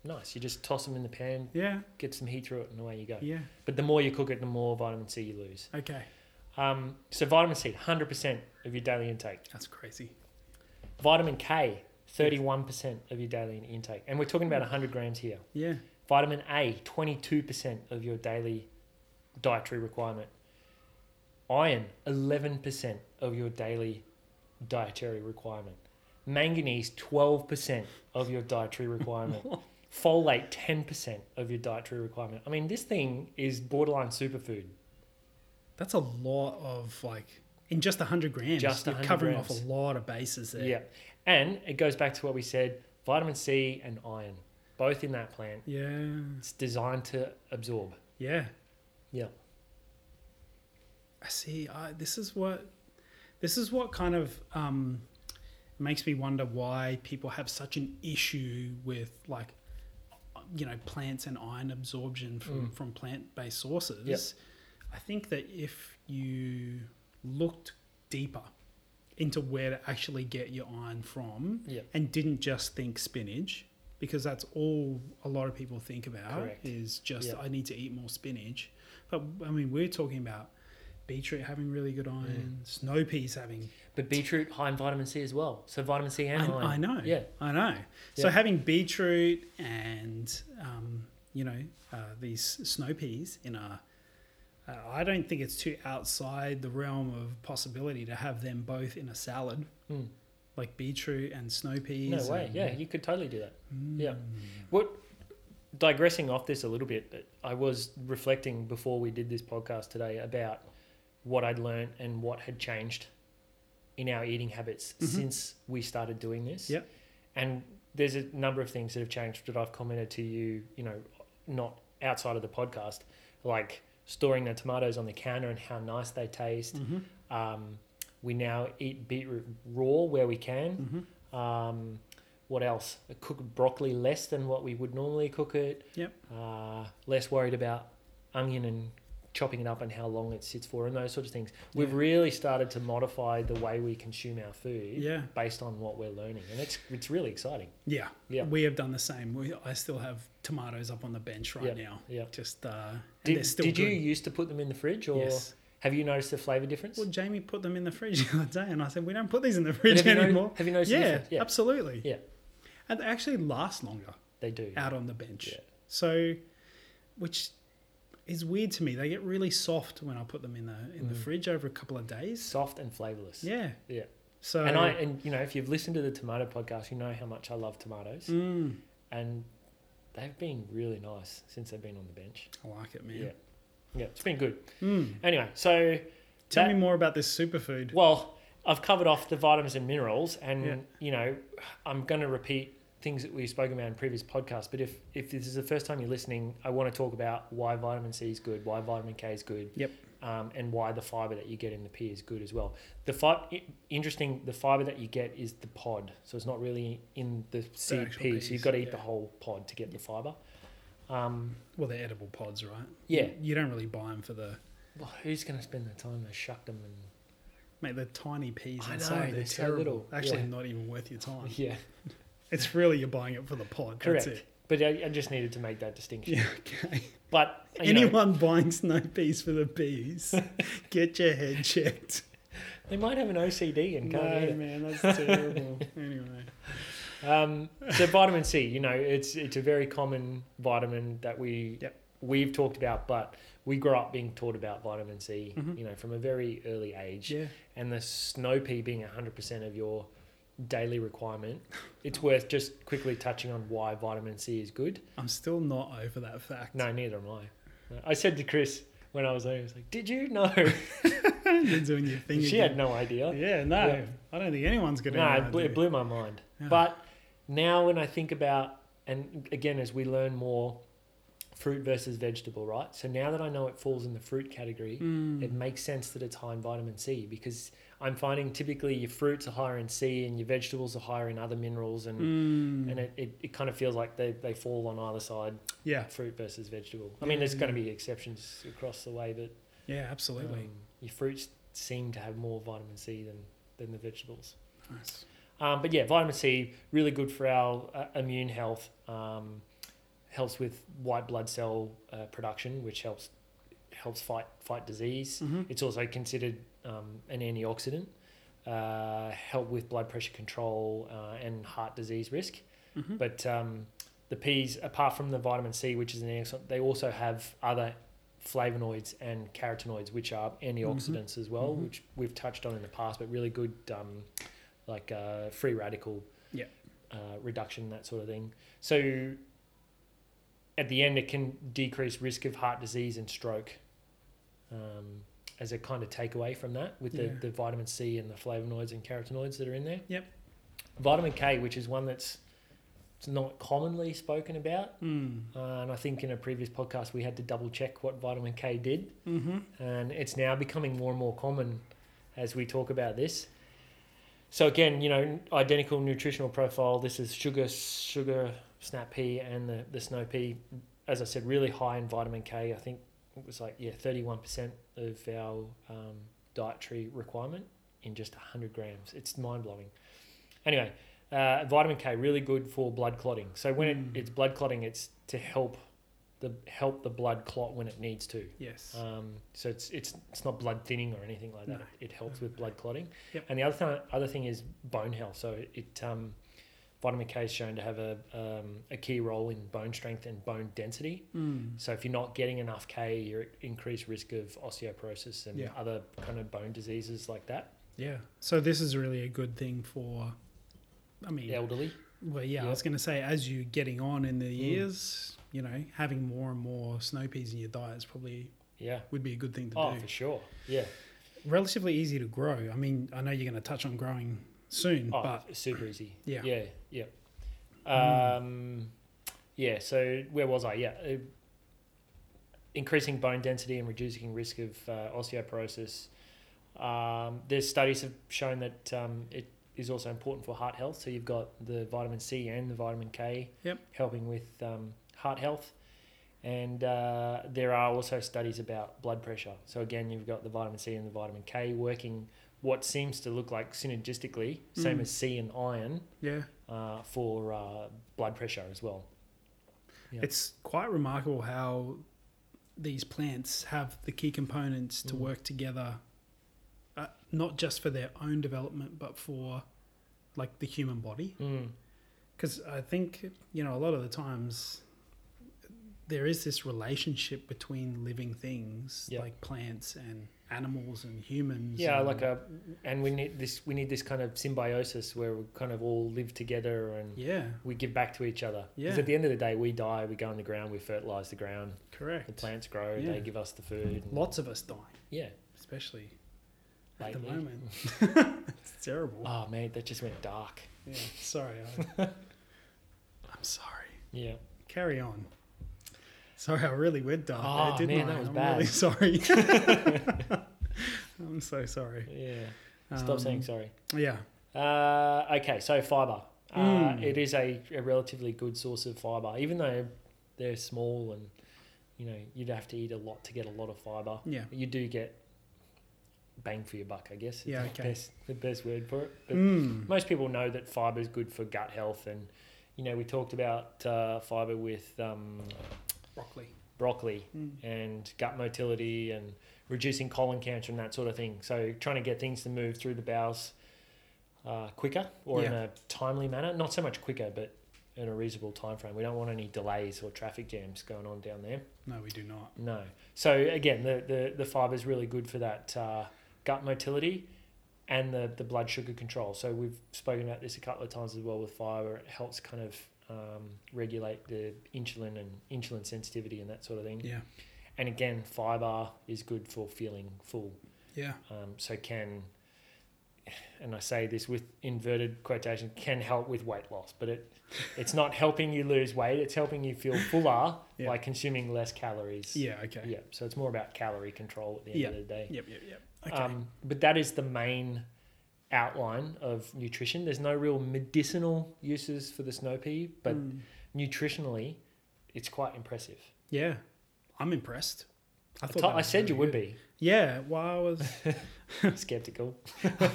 B: nice. You just toss them in the pan,
A: Yeah.
B: get some heat through it, and away you go.
A: Yeah.
B: But the more you cook it, the more vitamin C you lose.
A: Okay.
B: Um, so vitamin C, 100% of your daily intake.
A: That's crazy.
B: Vitamin K, 31% of your daily intake. And we're talking about 100 grams here.
A: Yeah.
B: Vitamin A, 22% of your daily dietary requirement. Iron, 11% of your daily dietary requirement. Manganese, 12% of your dietary requirement. Folate, 10% of your dietary requirement. I mean, this thing is borderline superfood.
A: That's a lot of like in just 100 grams.
B: Just
A: you're
B: 100
A: covering off
B: grams.
A: a lot of bases there.
B: Yeah. And it goes back to what we said vitamin C and iron, both in that plant.
A: Yeah.
B: It's designed to absorb.
A: Yeah.
B: Yeah.
A: I see. I, this is what this is what kind of um, makes me wonder why people have such an issue with like you know plants and iron absorption from, from plant-based sources. I think that if you looked deeper into where to actually get your iron from
B: Yeah.
A: and didn't just think spinach because that's all a lot of people think about
B: Correct.
A: is just
B: Yeah.
A: I need to eat more spinach. But I mean, we're talking about beetroot having really good
B: Mm.
A: iron, snow peas having.
B: But beetroot, high in vitamin C as well. So vitamin C
A: I,
B: and iron.
A: I know.
B: Yeah.
A: I know. So
B: Yeah.
A: having beetroot and um, you know uh, these snow peas in a. Uh, I don't think it's too outside the realm of possibility to have them both in a salad,
B: Mm.
A: like beetroot and snow peas.
B: No way.
A: and- Mm.
B: Yeah, you could totally do that. Yeah.
A: Hmm.
B: What? Digressing off this a little bit, I was reflecting before we did this podcast today about what I'd learned and what had changed in our eating habits since we started doing this.
A: Mm-hmm. Yep.
B: And there's a number of things that have changed that I've commented to you. You know, not outside of the podcast, like storing the tomatoes on the counter and how nice they taste.
A: Mhm.
B: Um, we now eat beetroot raw where we can.
A: Mm-hmm.
B: Um, what else? Cook broccoli less than what we would normally cook it.
A: Yep.
B: Uh, less worried about onion and chopping it up and how long it sits for and those sorts of things. We've really started to modify the way we consume our food
A: Yeah.
B: based on what we're learning, and it's it's really exciting.
A: Yeah.
B: Yeah.
A: We have done the same. We, I still have tomatoes up on the bench right
B: Yeah,
A: now.
B: yeah.
A: Just uh and
B: Did,
A: they're still
B: did you
A: good.
B: used to put them in the fridge, or
A: Yes.
B: have you noticed a flavor difference?
A: Well, Jamie put them in the fridge the other day and I said we don't put these in the
B: But
A: fridge
B: have, you noti-
A: anymore.
B: have you noticed? a
A: yeah,
B: difference? yeah,
A: absolutely.
B: Yeah.
A: And they actually last longer
B: they do.
A: out on the bench.
B: Yeah.
A: So which is weird to me. They get really soft when I put them in the in the
B: Mm.
A: fridge over a couple of days.
B: Soft and flavorless.
A: Yeah.
B: Yeah.
A: So
B: and I and you know if you've listened to the tomato podcast, you know how much I love tomatoes,
A: Mm,
B: and they've been really nice since they've been on the bench.
A: I like it,
B: Yeah,
A: man.
B: yeah, it's been good.
A: Mm.
B: Anyway, so
A: Tell
B: That-
A: me more about this superfood.
B: well, I've covered off the vitamins and minerals, and
A: Yeah.
B: you know I'm going to repeat things that we've spoken about in previous podcasts. But if if this is the first time you're listening, I want to talk about why vitamin C is good, why vitamin K is good,
A: Yep.
B: um, and why the fiber that you get in the pea is good as well. The fi- i- interesting, the fiber that you get is the pod, so it's not really in the seed
A: actual
B: pea.
A: peas,
B: So you've got to eat the
A: yeah.
B: whole pod to get the fiber. Um,
A: Well, they're edible pods, right?
B: Yeah.
A: You don't really buy them for the
B: well, who's going to spend the time to shuck them and
A: Mate, the tiny peas
B: I know,
A: inside, they're,
B: they're so
A: terrible.
B: little,
A: Actually,
B: yeah.
A: not even worth your time.
B: yeah,
A: It's really you're buying it for the pod.
B: correct.
A: That's it.
B: But I, I just needed to make that distinction.
A: Yeah, okay.
B: But you know,
A: Anyone buying snow peas for the bees, get your head checked.
B: They might have an OCD and can't
A: No,
B: eat
A: man, that's terrible. anyway.
B: it. Um, so vitamin C, you know, it's it's a very common vitamin that we
A: Yep.
B: we've talked about, but we grew up being taught about vitamin C,
A: Mhm.
B: you know, from a very early age,
A: Yeah.
B: and the snow pea being hundred percent of your daily requirement, it's worth just quickly touching on why vitamin C is good.
A: I'm still not over that fact.
B: No, neither am I. I said to Chris when I was there, he was like, "Did you know?"
A: You're doing your thing.
B: she
A: again.
B: had no idea.
A: Yeah, no.
B: Yeah.
A: I don't think anyone's going to.
B: No, it blew, it blew my mind.
A: Yeah.
B: But now when I think about, and again, as we learn more, fruit versus vegetable, right? So now that I know it falls in the fruit category,
A: Hmm.
B: it
A: Mm-hmm.
B: makes sense that it's high in vitamin C because I'm finding typically your fruits are higher in C and your vegetables are higher in other minerals and.
A: Hmm. Mm.
B: And it, it, it kind of feels like they, they fall on either side,
A: Yeah,
B: fruit versus vegetable. I mean, there's going to be exceptions across the way, but
A: yeah, absolutely.
B: um, your fruits seem to have more vitamin C than, than the vegetables.
A: nice.
B: Um, but yeah, vitamin C really good for our uh, immune health. Um, helps with white blood cell uh, production, which helps helps fight fight disease.
A: Mhm.
B: It's also considered um, an antioxidant. Uh, help with blood pressure control uh, and heart disease risk.
A: Mhm.
B: But um, the peas, apart from the vitamin C, which is an antioxidant, they also have other flavonoids and carotenoids, which are antioxidants as well,
A: Mhm.
B: which we've touched on in the past, but really good um, like uh, free radical
A: Yeah.
B: uh, reduction, that sort of thing. So at the end, it can decrease risk of heart disease and stroke um, as a kind of takeaway from that with the,
A: Yeah.
B: the vitamin C and the flavonoids and carotenoids that are in there.
A: Yep.
B: Vitamin K, which is one that's it's not commonly spoken about.
A: Mm.
B: Uh, and I think in a previous podcast, we had to double check what vitamin K did
A: Mm-hmm.
B: and it's now becoming more and more common as we talk about this. So again, you know, identical nutritional profile. This is sugar, sugar snap pea, and the, the snow pea. As I said, really high in vitamin K. I think it was like yeah, thirty one percent of our um, dietary requirement in just hundred grams. It's mind blowing. Anyway, uh, vitamin K really good for blood clotting. So when
A: Mm.
B: it, it's blood clotting, it's to help the help the blood clot when it needs to.
A: Yes.
B: Um, so it's it's it's not blood thinning or anything like that.
A: No.
B: It helps with blood clotting.
A: Yep.
B: And the other thing other thing is bone health. So it um, vitamin K is shown to have a um, a key role in bone strength and bone density.
A: Mm.
B: So if you're not getting enough K, you're at increased risk of osteoporosis and
A: Yeah.
B: other kind of bone diseases like that.
A: Yeah. So this is really a good thing for. I mean,
B: Elderly.
A: well, yeah, I
B: Yeah.
A: was going to say, as you getting on in the
B: Mm.
A: years, you know, having more and more snow peas in your diet is probably
B: Yeah.
A: would be a good thing to
B: Oh,
A: do.
B: for sure. Yeah.
A: Relatively easy to grow. I mean, I know you're going to touch on growing soon,
B: Oh,
A: but
B: super easy.
A: Yeah. Mm.
B: Yeah. Yeah. Um, Yeah. So where was I? Yeah. uh, increasing bone density and reducing risk of uh, osteoporosis. Um, there's studies have shown that um, it is also important for heart health. So you've got the vitamin C and the vitamin K
A: Yep.
B: helping with um, heart health. And uh, there are also studies about blood pressure. So again, you've got the vitamin C and the vitamin K working what seems to look like synergistically, same
A: Mm.
B: as C and iron
A: yeah,
B: uh, for uh, blood pressure as well. Yeah.
A: it's quite remarkable how these plants have the key components to
B: Mm.
A: work together, uh, not just for their own development, but for like the human body.
B: Mm.
A: Because I think, you know, a lot of the times there is this relationship between living things
B: Yeah.
A: like plants and animals and humans.
B: Yeah,
A: and-
B: like a, and we need this. We need this kind of symbiosis where we kind of all live together and
A: Yeah,
B: we give back to each other. Because
A: Yeah.
B: at the end of the day, we die. We go in the ground. We fertilize the ground.
A: correct.
B: The plants grow.
A: Yeah.
B: They give us the food. and-
A: Lots of us die,
B: Yeah.
A: especially at the
B: Lately.
A: moment. it's terrible.
B: Oh man, that just went dark.
A: Yeah, sorry. I, I'm sorry.
B: Yeah.
A: Carry on. Sorry, I really went dark. there,
B: Oh,
A: didn't
B: man,
A: I?
B: that was
A: I'm
B: bad.
A: really sorry. I'm so sorry.
B: Yeah. Stop saying
A: Um,
B: sorry.
A: Yeah.
B: Uh, okay, so fiber. Uh,
A: Mm.
B: It is a, a relatively good source of fiber, even though they're small and you know you'd have to eat a lot to get a lot of fiber.
A: Yeah.
B: You do get bang for your buck, I guess. is
A: Yeah,
B: the
A: okay.
B: Best, the best word for it. But
A: Mm.
B: most people know that fiber is good for gut health, and you know we talked about uh, fiber with um,
A: Broccoli.
B: broccoli
A: Mm.
B: and gut motility and reducing colon cancer and that sort of thing. So trying to get things to move through the bowels uh, quicker or in
A: Yeah.
B: a timely manner. Not so much quicker, but in a reasonable time frame. We don't want any delays or traffic jams going on down there.
A: No, we do not.
B: No. So again, the the, the fiber is really good for that uh, gut motility. and the, the blood sugar control. So we've spoken about this a couple of times as well with fiber. It helps kind of um, regulate the insulin and insulin sensitivity and that sort of thing.
A: Yeah.
B: And again, fiber is good for feeling full.
A: Yeah.
B: Um, so can, and I say this with inverted quotation, can help with weight loss, but it it's not helping you lose weight. It's helping you feel fuller
A: Yeah.
B: by consuming less calories.
A: Yeah. Okay.
B: Yeah. So it's more about calorie control at the end of
A: Yeah.
B: the day.
A: Yep. Yep. Yep. Okay.
B: Um, but that is the main outline of nutrition. There's no real medicinal uses for the snow pea, but
A: Mm.
B: nutritionally, it's quite impressive.
A: yeah, I'm impressed.
B: I,
A: thought
B: to-
A: that
B: I
A: was
B: said
A: really
B: you would
A: good.
B: be
A: Yeah. Well, I was.
B: skeptical.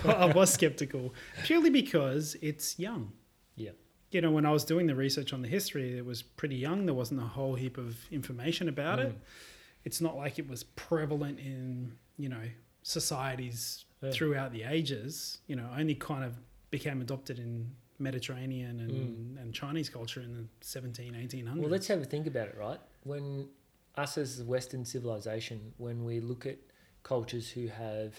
A: I was skeptical purely because it's young.
B: Yeah.
A: You know, when I was doing the research on the history, it was pretty young. There wasn't a whole heap of information about it.
B: Mm.
A: It's not like it was prevalent in, you know, societies
B: Yeah.
A: throughout the ages. You know, only kind of became adopted in Mediterranean and, and Chinese culture in the 17, 1800s.
B: Mm. Well, let's have a think about it, right? When us as the Western civilization, when we look at cultures who have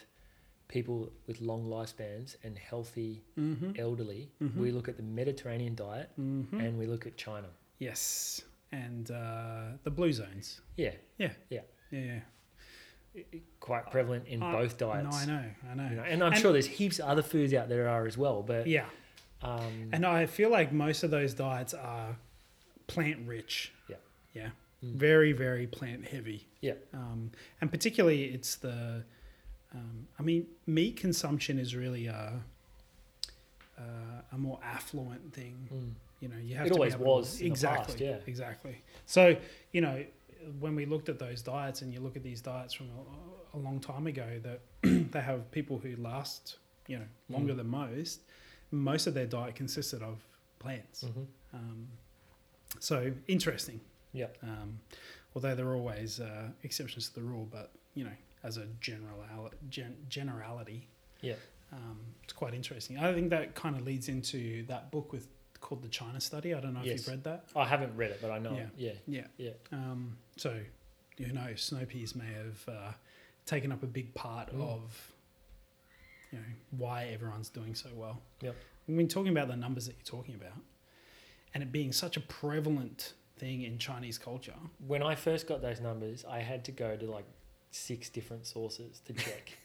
B: people with long lifespans and healthy
A: hmm
B: elderly,
A: Mhm.
B: we look at the Mediterranean diet
A: hmm
B: and we look at China.
A: Yes. And uh, the blue zones.
B: Yeah,
A: Yeah. yeah.
B: quite prevalent in
A: I-
B: both diets.
A: Uh, No, I know. I know.
B: You know, and I'm
A: And-
B: sure there's heaps of other foods out there are as well, but
A: Yeah.
B: um,
A: And I feel like most of those diets are plant rich.
B: Yeah.
A: Yeah.
B: Mm.
A: Very, very plant heavy.
B: Yeah.
A: Um, and particularly, it's the, um, I mean, meat consumption is really a, uh, a more affluent thing.
B: mm,
A: You know, you have
B: It
A: to be
B: always
A: able
B: was
A: To,
B: in the past,
A: exactly.
B: yeah.
A: Exactly. So, you know, when we looked at those diets and you look at these diets from a, a long time ago, that they have people who last, you know, longer
B: Mm.
A: than most, most of their diet consisted of plants.
B: mhm.
A: Um, so interesting.
B: Yeah.
A: Um, although there are always uh, exceptions to the rule, but you know, as a general gen- generality,
B: Yeah.
A: um, it's quite interesting. I think that kind of leads into that book with called the China Study. I don't know if
B: Yes.
A: you've read that.
B: I haven't read it, but I know.
A: Yeah.
B: it. Yeah,
A: Yeah.
B: Yeah.
A: Um, so, you know, snow peas may have uh, taken up a big part
B: Mm.
A: of, you know, why everyone's doing so well.
B: Yep.
A: When we're talking about the numbers that you're talking about, and it being such a prevalent thing in Chinese culture.
B: When I first got those numbers, I had to go to like six different sources to check.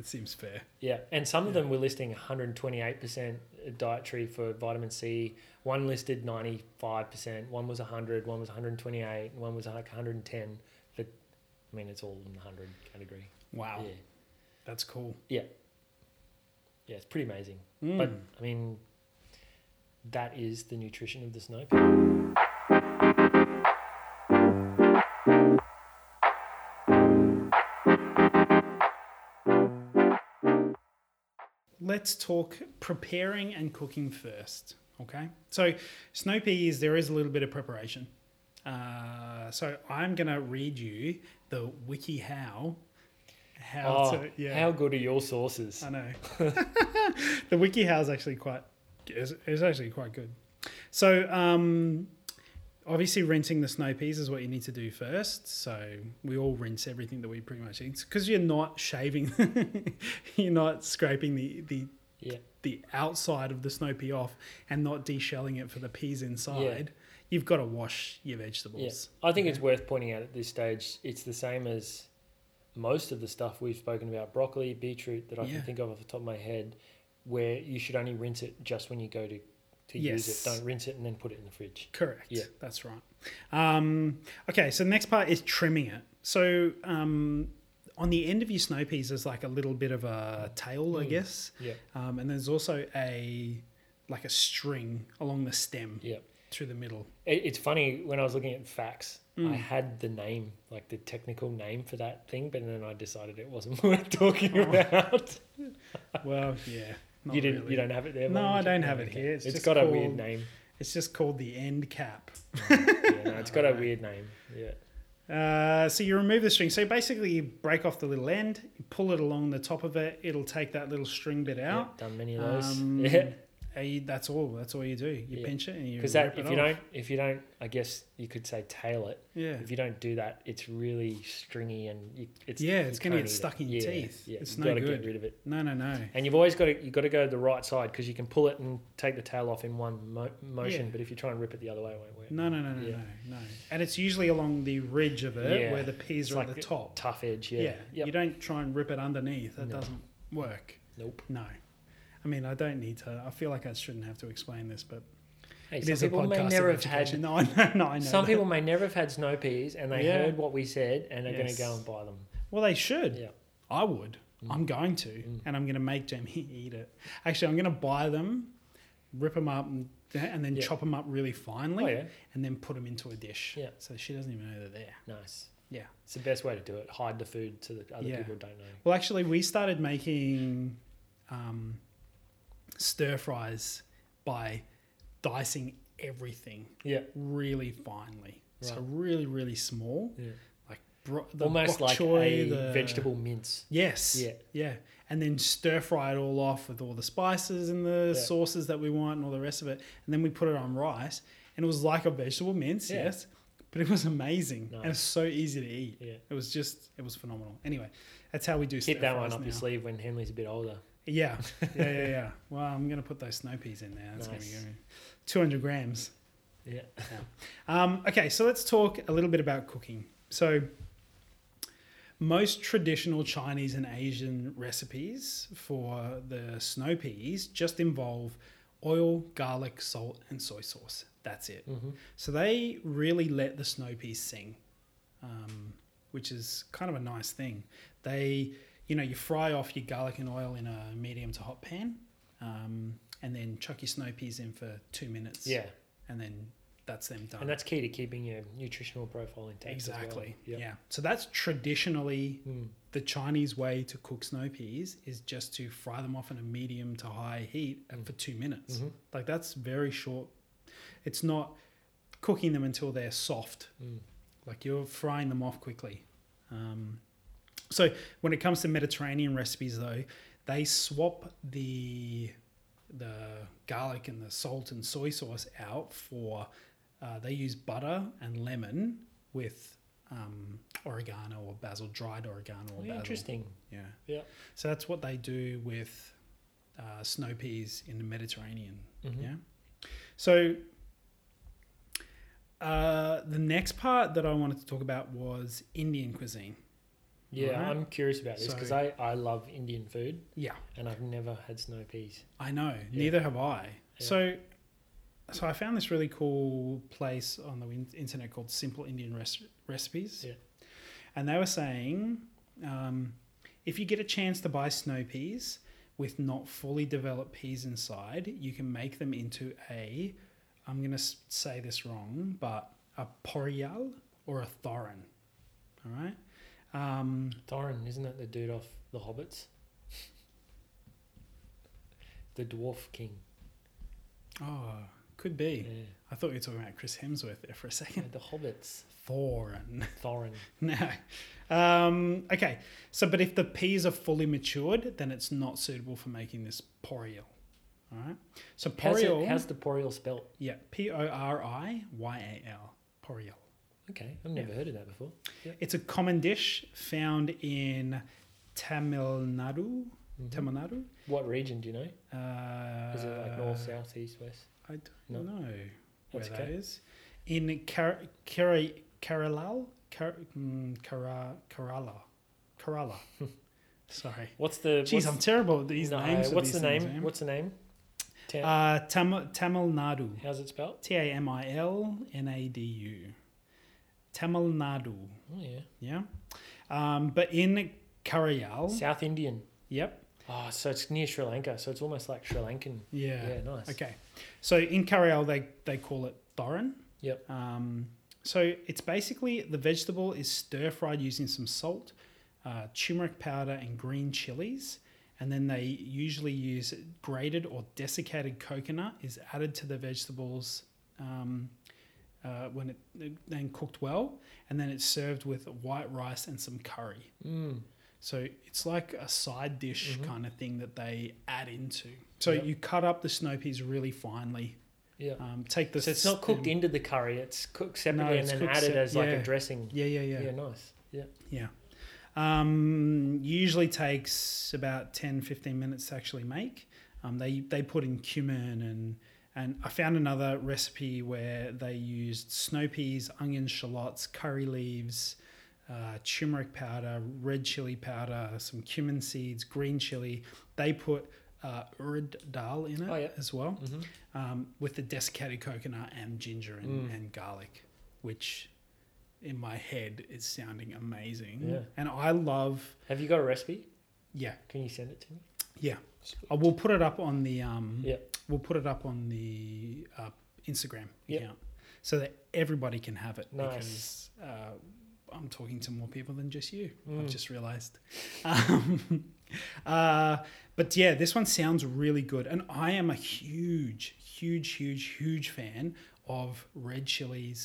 A: It seems fair.
B: yeah, and some of
A: Yeah.
B: them were listing 128% dietary for vitamin C. One listed 95%. One was 100. One was 128. And one was like 110. But I mean, it's all in the 100 category.
A: Wow,
B: Yeah,
A: that's cool.
B: yeah, it's pretty amazing.
A: Mm.
B: But I mean, that is the nutrition of the snow pea.
A: Let's talk preparing and cooking first. Okay. So, snow peas, there is a little bit of preparation. Uh, so, I'm going to read you the wiki how. How
B: oh,
A: to, yeah.
B: How good are your sources?
A: I know. the wiki how is actually quite, is, is actually quite good. So, um, obviously, rinsing the snow peas is what you need to do first. So, we all rinse everything that we pretty much eat because you're not shaving, you're not scraping the, the
B: Yeah.
A: the outside of the snow pea off and not deshelling it for the peas inside, you've got to wash your vegetables.
B: I think it's worth pointing out at this stage, it's the same as most of the stuff we've spoken about broccoli, beetroot that I
A: Yeah.
B: can think of off the top of my head, where you should only rinse it just when you go to, to use
A: Yes.
B: it. Don't rinse it and then put it in the fridge.
A: Correct.
B: Yeah.
A: That's right. Um, okay, so the next part is trimming it. So um, on the end of your snow peas, there's like a little bit of a tail, I
B: Mm.
A: guess.
B: Yeah.
A: Um, and there's also a like a string along the stem
B: Yeah.
A: through the middle.
B: It, it's funny when I was looking at facts,
A: Mm.
B: I had the name, like the technical name for that thing, but then I decided it wasn't worth talking about.
A: Well, yeah. Oh. not
B: you didn't.
A: really.
B: You don't have it there.
A: No,
B: Lauren?
A: I
B: You
A: don't have it
B: okay.
A: here. It's
B: it's
A: just
B: got a weird
A: called-
B: name.
A: It's just called the end cap.
B: Yeah, no, it's got a weird name. Yeah.
A: Uh, so you remove the string. So basically, you break off the little end, you pull it along the top of it. It'll take that little string bit
B: yeah,
A: out.
B: done many of those.
A: Um,
B: yeah.
A: uh, you, that's all. That's all you do. You
B: Yeah.
A: pinch it and you
B: Because
A: rip
B: that
A: it
B: if you
A: off.
B: don't if you don't I guess you could say tail it.
A: yeah,
B: If you don't do that, it's really stringy and you, it's
A: yeah,
B: you
A: it's gonna
B: can't
A: get
B: eat it.
A: stuck in your
B: Yeah,
A: teeth.
B: Yeah,
A: It's
B: you
A: no
B: gotta
A: good.
B: get rid of it.
A: No, no, no.
B: And you've always got to you got to go to the right side because you can pull it and take the tail off in one mo- motion.
A: Yeah.
B: But if you try and rip it the other way, it won't work.
A: No, no, no, no,
B: Yeah.
A: no, no. And it's usually along the ridge of it
B: Yeah.
A: where the peas
B: It's
A: are
B: like
A: at the
B: a
A: top.
B: Tough edge.
A: yeah.
B: Yeah. Yep.
A: You don't try and rip it underneath. That
B: No.
A: doesn't work.
B: Nope.
A: No. I mean, I don't need to. I feel like I shouldn't have to explain this, but
B: Hey,
A: it
B: some
A: is a
B: people
A: podcast.
B: may
A: of
B: never have
A: education.
B: had.
A: No, I know. No, I know
B: Some
A: that.
B: people may never have had snow peas, and they
A: Yeah.
B: heard what we said, and are
A: Yes.
B: going to go and buy them.
A: Well, they should.
B: Yeah.
A: I would.
B: Mm.
A: I'm going to,
B: Mm.
A: and I'm going to make Jamie eat it. Actually, I'm going to buy them, rip them up, and, and then
B: Yeah.
A: chop them up really finely,
B: Oh yeah.
A: and then put them into a dish.
B: Yeah.
A: So she doesn't even know they're there.
B: Nice.
A: Yeah.
B: It's the best way to do it. Hide the food so that other
A: Yeah.
B: people don't know.
A: Well, actually, we started making um, stir fries by dicing everything
B: Yeah.
A: really finely. So
B: Right.
A: really, really small,
B: Yeah.
A: like bro- the
B: Almost
A: bok
B: like
A: choy,
B: a
A: the
B: vegetable mince.
A: Yes.
B: Yeah.
A: Yeah. And then stir fry it all off with all the spices and the
B: Yeah.
A: sauces that we want and all the rest of it. And then we put it on rice. And it was like a vegetable mince,
B: Yeah.
A: yes. But it was amazing. And it's
B: Nice.
A: so easy to eat.
B: Yeah.
A: It was just, it was phenomenal. Anyway, that's how we do
B: Keep that one
A: fries
B: up your
A: now.
B: sleeve when Henley's a bit older.
A: Yeah. Yeah, yeah, yeah. well, I'm going to put those snow peas in there. That's going to be
B: Nice.
A: good. 200 grams.
B: Yeah.
A: Um, okay, so let's talk a little bit about cooking. So, most traditional Chinese and Asian recipes for the snow peas just involve oil, garlic, salt, and soy sauce. That's it.
B: Mm-hmm.
A: So, they really let the snow peas sing, um, which is kind of a nice thing. They, you know, you fry off your garlic and oil in a medium to hot pan um, and then chuck your snow peas in for two minutes.
B: Yeah.
A: And then that's them done.
B: And that's key to keeping your nutritional profile intact. as well.
A: Exactly.
B: Yep.
A: Yeah. So that's traditionally
B: Mm.
A: the Chinese way to cook snow peas is just to fry them off in a medium to high heat and
B: Mm.
A: for two minutes.
B: Mhm.
A: Like that's very short. It's not cooking them until they're soft.
B: Mm.
A: Like you're frying them off quickly. Um, so when it comes to Mediterranean recipes, though, they swap the the garlic and the salt and soy sauce out for uh, they use butter and lemon with um, oregano or basil, dried oregano or
B: Oh,
A: basil.
B: Interesting.
A: Yeah.
B: Yeah.
A: So that's what they do with uh, snow peas in the Mediterranean.
B: Mhm.
A: Yeah. So uh, the next part that I wanted to talk about was Indian cuisine.
B: Yeah,
A: Right.
B: I'm curious about this because
A: So-
B: I, I love Indian food
A: Yeah,
B: and I've never had snow peas.
A: I know.
B: Yeah.
A: Neither have I.
B: Yeah.
A: So. So I found this really cool place on the win- internet called Simple Indian Res- Recipes.
B: Yeah.
A: And they were saying um, if you get a chance to buy snow peas with not fully developed peas inside, you can make them into a, I'm going to say this wrong, but a porial or a thorin. All right. Um,
B: Thorin, isn't that the dude off The Hobbits? the Dwarf King.
A: oh, could be.
B: Yeah.
A: I thought you were talking about Chris Hemsworth there for a
B: Yeah,
A: second.
B: the Hobbits.
A: Thorin.
B: Thorin.
A: No. Um, okay. So, but if the peas are fully matured, then it's not suitable for making this porial. All right. So
B: How's,
A: porial.
B: it, how's the Poriel spelt?
A: yeah. P O R I Y A L. Porial.
B: Okay, I've never heard of that before.
A: It's a common dish found in Tamil Nadu.
B: Mhm.
A: Tamil Nadu.
B: What region do you know?
A: Uh,
B: Is it like north, south, east, west?
A: I don't
B: No.
A: know where
B: That's
A: that is.
B: okay.
A: In Ker- Ker- Kerala, Ker- mm, Kera- Kerala, Kerala. Sorry.
B: What's the.
A: Jeez,
B: what's,
A: I'm terrible at these
B: no,
A: names. of
B: What's
A: these
B: the name?
A: things, man.
B: What's the name? Ta-
A: uh, Tam- Tamil Nadu.
B: how's it spelt?
A: T A M I L N A D U. Tamil Nadu.
B: Oh, yeah.
A: Yeah. Um, but in Karayal.
B: South Indian.
A: Yep.
B: Oh, so it's near Sri Lanka, so it's almost like Sri Lankan.
A: Yeah.
B: Yeah, nice.
A: Okay. So in Karayal, they, they call it thorin.
B: Yep.
A: Um, so it's basically the vegetable is stir fried using some salt, uh, turmeric powder, and green chilies. And then they usually use grated or desiccated coconut is added to the vegetables um, uh, when it then cooked well, and then it's served with white rice and some curry.
B: Mm.
A: So it's like a side dish
B: Mhm.
A: kind of thing that they add into. So
B: Yep.
A: you cut up the snow peas really finely.
B: Yeah.
A: Um, take the
B: So it's not cooked
A: stem-
B: into the curry. It's cooked separately
A: it's
B: and then
A: cooked
B: added
A: sep-
B: as like
A: yeah.
B: a dressing.
A: Yeah, yeah,
B: Yeah.
A: yeah,
B: nice. Yeah.
A: yeah. Um, usually takes about 10, 15 minutes to actually make. Um, they they put in cumin and and I found another recipe where they used snow peas, onions, shallots, curry leaves, uh, turmeric powder, red chili powder, some cumin seeds, green chili. They put uh, urad dal in it
B: Oh, yeah.
A: as well
B: hmm
A: um, with the desiccated coconut and ginger and,
B: Mm.
A: and garlic, which in my head is sounding amazing.
B: Yeah.
A: And I love,
B: Have you got a recipe?
A: yeah,
B: Can you send it to me?
A: yeah. I will put it up on the um,
B: Yeah.
A: we'll put it up on the uh, Instagram
B: Yeah.
A: account so that everybody can have it
B: Nice.
A: because uh, I'm talking to more people than just you. I've
B: Mm.
A: just realized. Um, uh, but yeah, this one sounds really good, and I am a huge, huge, huge, huge fan of red chilies,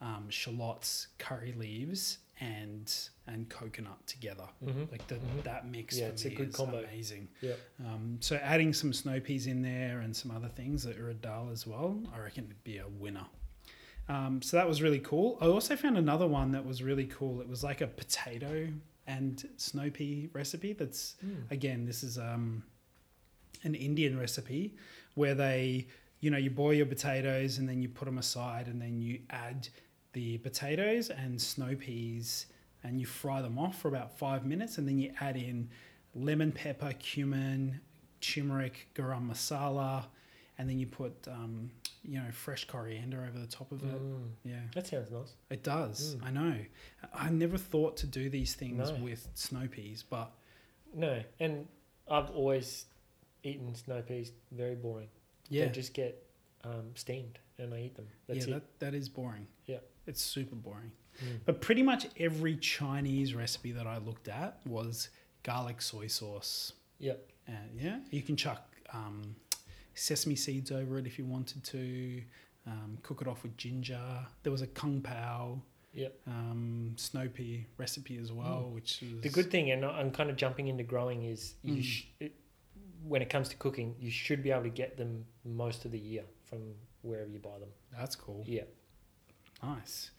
A: um, shallots, curry leaves, and and coconut together.
B: Mm-hmm.
A: Like the,
B: Mhm.
A: that mix
B: Yeah,
A: for
B: it's a
A: me
B: good
A: is
B: combo.
A: amazing.
B: Yeah.
A: Um, so adding some snow peas in there and some other things, the uradal as well, I reckon would be a winner. Um, so that was really cool. I also found another one that was really cool. It was like a potato and snow pea recipe. That's
B: Mm.
A: again, this is um, an Indian recipe where they, you know, you boil your potatoes and then you put them aside and then you add the potatoes and snow peas and you fry them off for about five minutes and then you add in lemon pepper, cumin, turmeric, garam masala, and then you put, um, you know, fresh coriander over the top of it.
B: Mm.
A: Yeah,
B: That sounds nice.
A: it does.
B: Mm.
A: I know. I never thought to do these things
B: No.
A: with snow peas, but
B: No, and I've always eaten snow peas. Very boring.
A: yeah.
B: They just get um, steamed, and I eat them. That's
A: yeah,
B: it.
A: That, that is boring.
B: Yeah.
A: It's super boring.
B: Mm.
A: But pretty much every Chinese recipe that I looked at was garlic soy sauce.
B: Yep.
A: And yeah, you can chuck um, sesame seeds over it if you wanted to. Um, cook it off with ginger. There was a kung pao.
B: Yep. Mm.
A: Um, snow pea recipe as well, which was
B: The good thing, and I- I'm kind of jumping into growing, is you
A: Mm.
B: sh- it, when it comes to cooking, you should be able to get them most of the year from wherever you buy them.
A: That's cool.
B: Yeah.
A: Nice.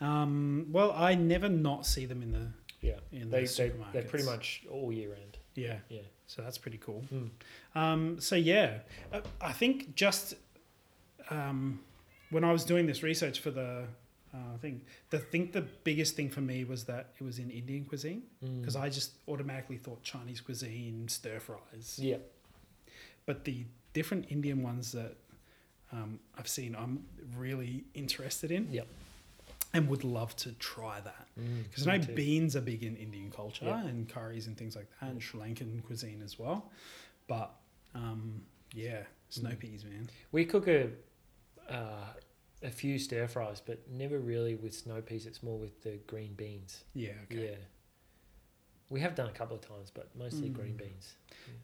B: Mm.
A: Um, well, I never not see them in the
B: Yeah.
A: in the
B: They, they,
A: supermarkets.
B: they're pretty much all year round.
A: yeah.
B: Yeah.
A: So that's pretty cool.
B: Mm.
A: Um, so yeah, I, I think just um, when I was doing this research for the uh, thing, the think the biggest thing for me was that it was in Indian cuisine
B: Mm.
A: because I just automatically thought Chinese cuisine stir fries,
B: Yeah.
A: but the different Indian ones that um, I've seen, I'm really interested in.
B: Yep.
A: And would love to try that because I
B: Mm, Me
A: know
B: too.
A: beans are big in Indian culture
B: Yeah.
A: and curries and things like that, and Sri Lankan cuisine as well. But um, yeah, snow
B: Mm.
A: peas, man.
B: We cook a uh, a few stir fries, but never really with snow peas. It's more with the green beans.
A: Yeah, okay.
B: Yeah. We have done a couple of times, but mostly green
A: Mm.
B: beans.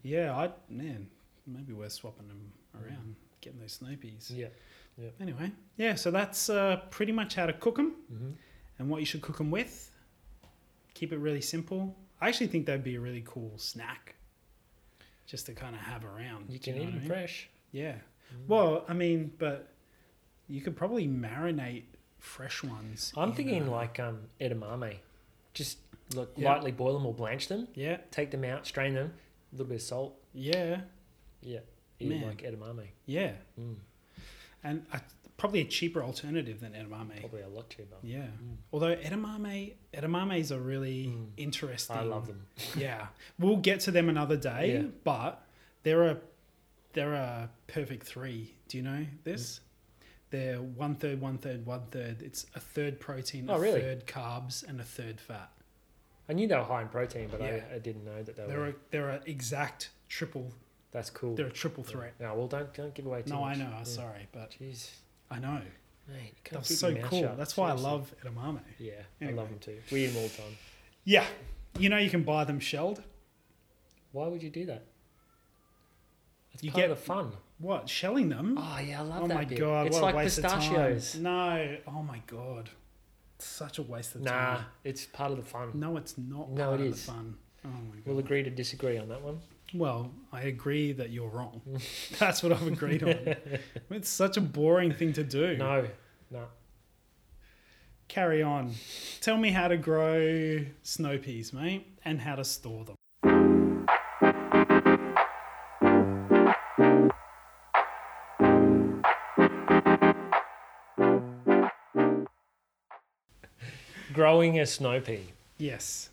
A: Yeah, I man, maybe we're swapping them
B: Mm.
A: around, getting those snow peas.
B: Yeah.
A: Anyway, yeah, so that's uh, pretty much how to cook them
B: Mm-hmm.
A: and what you should cook them with. Keep it really simple. I actually think that'd be a really cool snack, just to kind of have around.
B: You
A: do
B: can
A: know
B: eat
A: what I mean?
B: them
A: Mm-hmm.
B: fresh.
A: Yeah.
B: Mm.
A: Well, I mean, but you could probably marinate fresh ones.
B: I'm
A: in,
B: thinking
A: uh,
B: like um, edamame. Just look,
A: Yeah.
B: lightly boil them or blanch them.
A: yeah,
B: Take them out, strain them, a little bit of salt.
A: yeah,
B: Yeah. Eat 'em
A: Man.
B: like edamame.
A: yeah,
B: Mm.
A: and uh probably a cheaper alternative than edamame.
B: Probably a lot cheaper.
A: Yeah,
B: Mm.
A: although edamame edamames are really
B: Mm.
A: interesting.
B: I love them.
A: Yeah, we'll get to them another day,
B: Yeah.
A: but they're a they're a perfect three. Do you know
B: Mm.
A: this? They're one third, one third, one third. It's a third protein,
B: Oh,
A: a
B: really?
A: third carbs, and a third fat.
B: I knew they were high in protein, but
A: Yeah.
B: I, I didn't know that they
A: They're
B: were.
A: a, they're a exact triple
B: That's cool.
A: They're a triple threat.
B: No, well, don't don't give away too
A: No, I
B: much.
A: know. I'm
B: Yeah.
A: Sorry, but
B: Jeez,
A: I know.
B: mate, you can't
A: That's
B: keep
A: so
B: your mouth
A: cool.
B: shut,
A: That's why I
B: seriously.
A: love edamame.
B: Yeah, I
A: Anyway.
B: love them too. We eat them all the time.
A: Yeah, you know you can buy them shelled.
B: Why would you do that? It's
A: You
B: part
A: get-
B: of the fun.
A: What shelling them?
B: Oh yeah, I love
A: Oh
B: that.
A: my
B: bit.
A: god!
B: it's
A: what
B: like
A: a waste
B: pistachios.
A: Of time. No. Oh my god. Such a waste of
B: Nah,
A: time.
B: it's part of the fun.
A: No, it's not.
B: No,
A: part
B: it
A: of
B: is.
A: The fun. Oh my god.
B: We'll agree to disagree on that one.
A: Well, I agree that you're wrong. That's what I've agreed on. It's such a boring thing to do.
B: No, no.
A: Carry on. Tell me how to grow snow peas, mate, and how to store them.
B: Growing a snow pea.
A: Yes.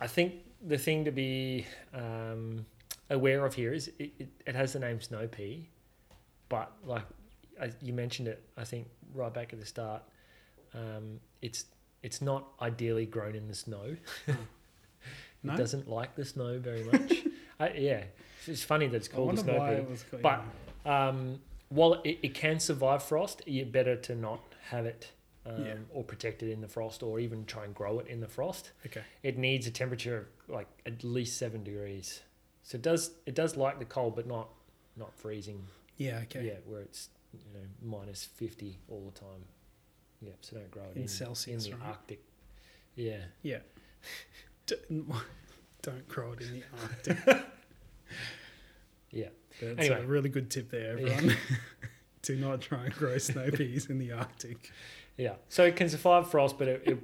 B: I think the thing to be um, aware of here is it, it, it has the name Snow Pea, but like I, you mentioned it, I think right back at the start, um, it's it's not ideally grown in the snow.
A: No.
B: It doesn't like the snow very much. I, yeah, It's- it's funny that it's
A: I
B: called a
A: wonder
B: snow
A: why
B: pea.
A: it was. called-
B: But um, while it, it can survive frost, you better to not have it um,
A: Yeah.
B: or protect it in the frost, or even try and grow it in the frost.
A: okay.
B: It needs a temperature of like at least seven degrees. So it does it does like the cold, but not not freezing.
A: Yeah. Okay.
B: Yeah, where it's you know minus fifty all the time. Yeah, so don't grow it
A: In
B: in,
A: Celsius,
B: in the
A: right?
B: Arctic. Yeah,
A: D- Don't grow it in the Arctic.
B: yeah.
A: That's
B: Anyway.
A: a really good tip there,
B: Yeah.
A: everyone. Do not try and grow snow peas in the Arctic.
B: Yeah. So it can survive frost, but it, it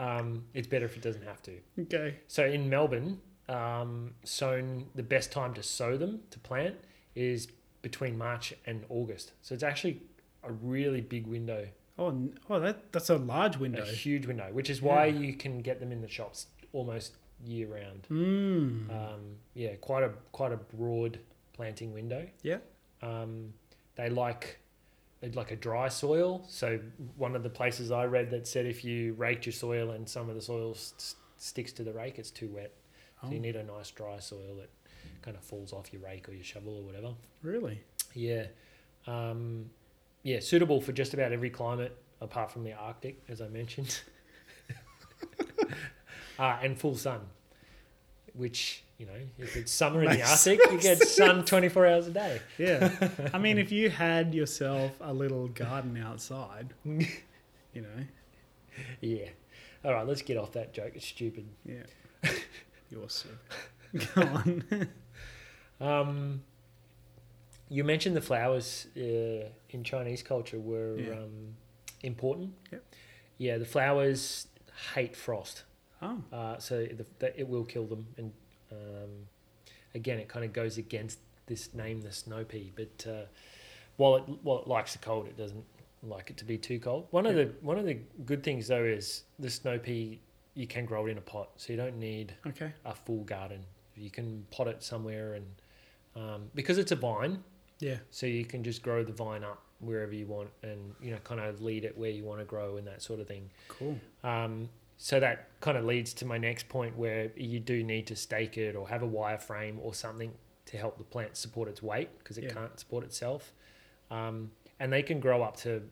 B: um, it's better if it doesn't have to.
A: Okay.
B: So in Melbourne, um, sown the best time to sow them to plant is between March and August. So it's actually a really big window,
A: Oh, n- oh, that that's a large
B: a
A: window.
B: huge window, which is why
A: Yeah.
B: you can get them in the shops almost year round.
A: Mm.
B: Um, yeah, quite a quite a broad planting window.
A: Yeah.
B: Um, they like they'd like a dry soil. So one of the places I read that said if you raked your soil and some of the soil st- sticks to the rake, it's too wet. So you
A: Oh.
B: need a nice dry soil that kind of falls off your rake or your shovel or whatever.
A: Really?
B: Yeah. Um, yeah, suitable for just about every climate apart from the Arctic, as I mentioned. uh, and full sun, which, you know, if it's summer in the
A: Makes
B: Arctic, you get sun 24 hours a day.
A: Yeah. I mean, if you had yourself a little garden outside, you know,
B: Yeah. All right, let's get off that joke. It's stupid.
A: yeah, you're so. Go on.
B: Um, you mentioned the flowers uh, in Chinese culture were
A: Yeah.
B: um, important.
A: Yep.
B: Yeah, the flowers hate frost,
A: Oh,
B: uh, so the, that it will kill them. And um, again, it kind of goes against this name, the snow pea. But uh, while it while it likes the cold, it doesn't like it to be too cold. One of the one of the good things though is the snow pea. You can grow it in a pot, so you don't need
A: okay.
B: a full garden. You can pot it somewhere and um, because it's a vine,
A: Yeah.
B: so you can just grow the vine up wherever you want and you know kind of lead it where you want to grow and that sort of thing.
A: Cool.
B: Um, so that kind of leads to my next point where you do need to stake it or have a wire frame or something to help the plant support its weight because it
A: Yeah.
B: can't support itself. Um, and they can grow up to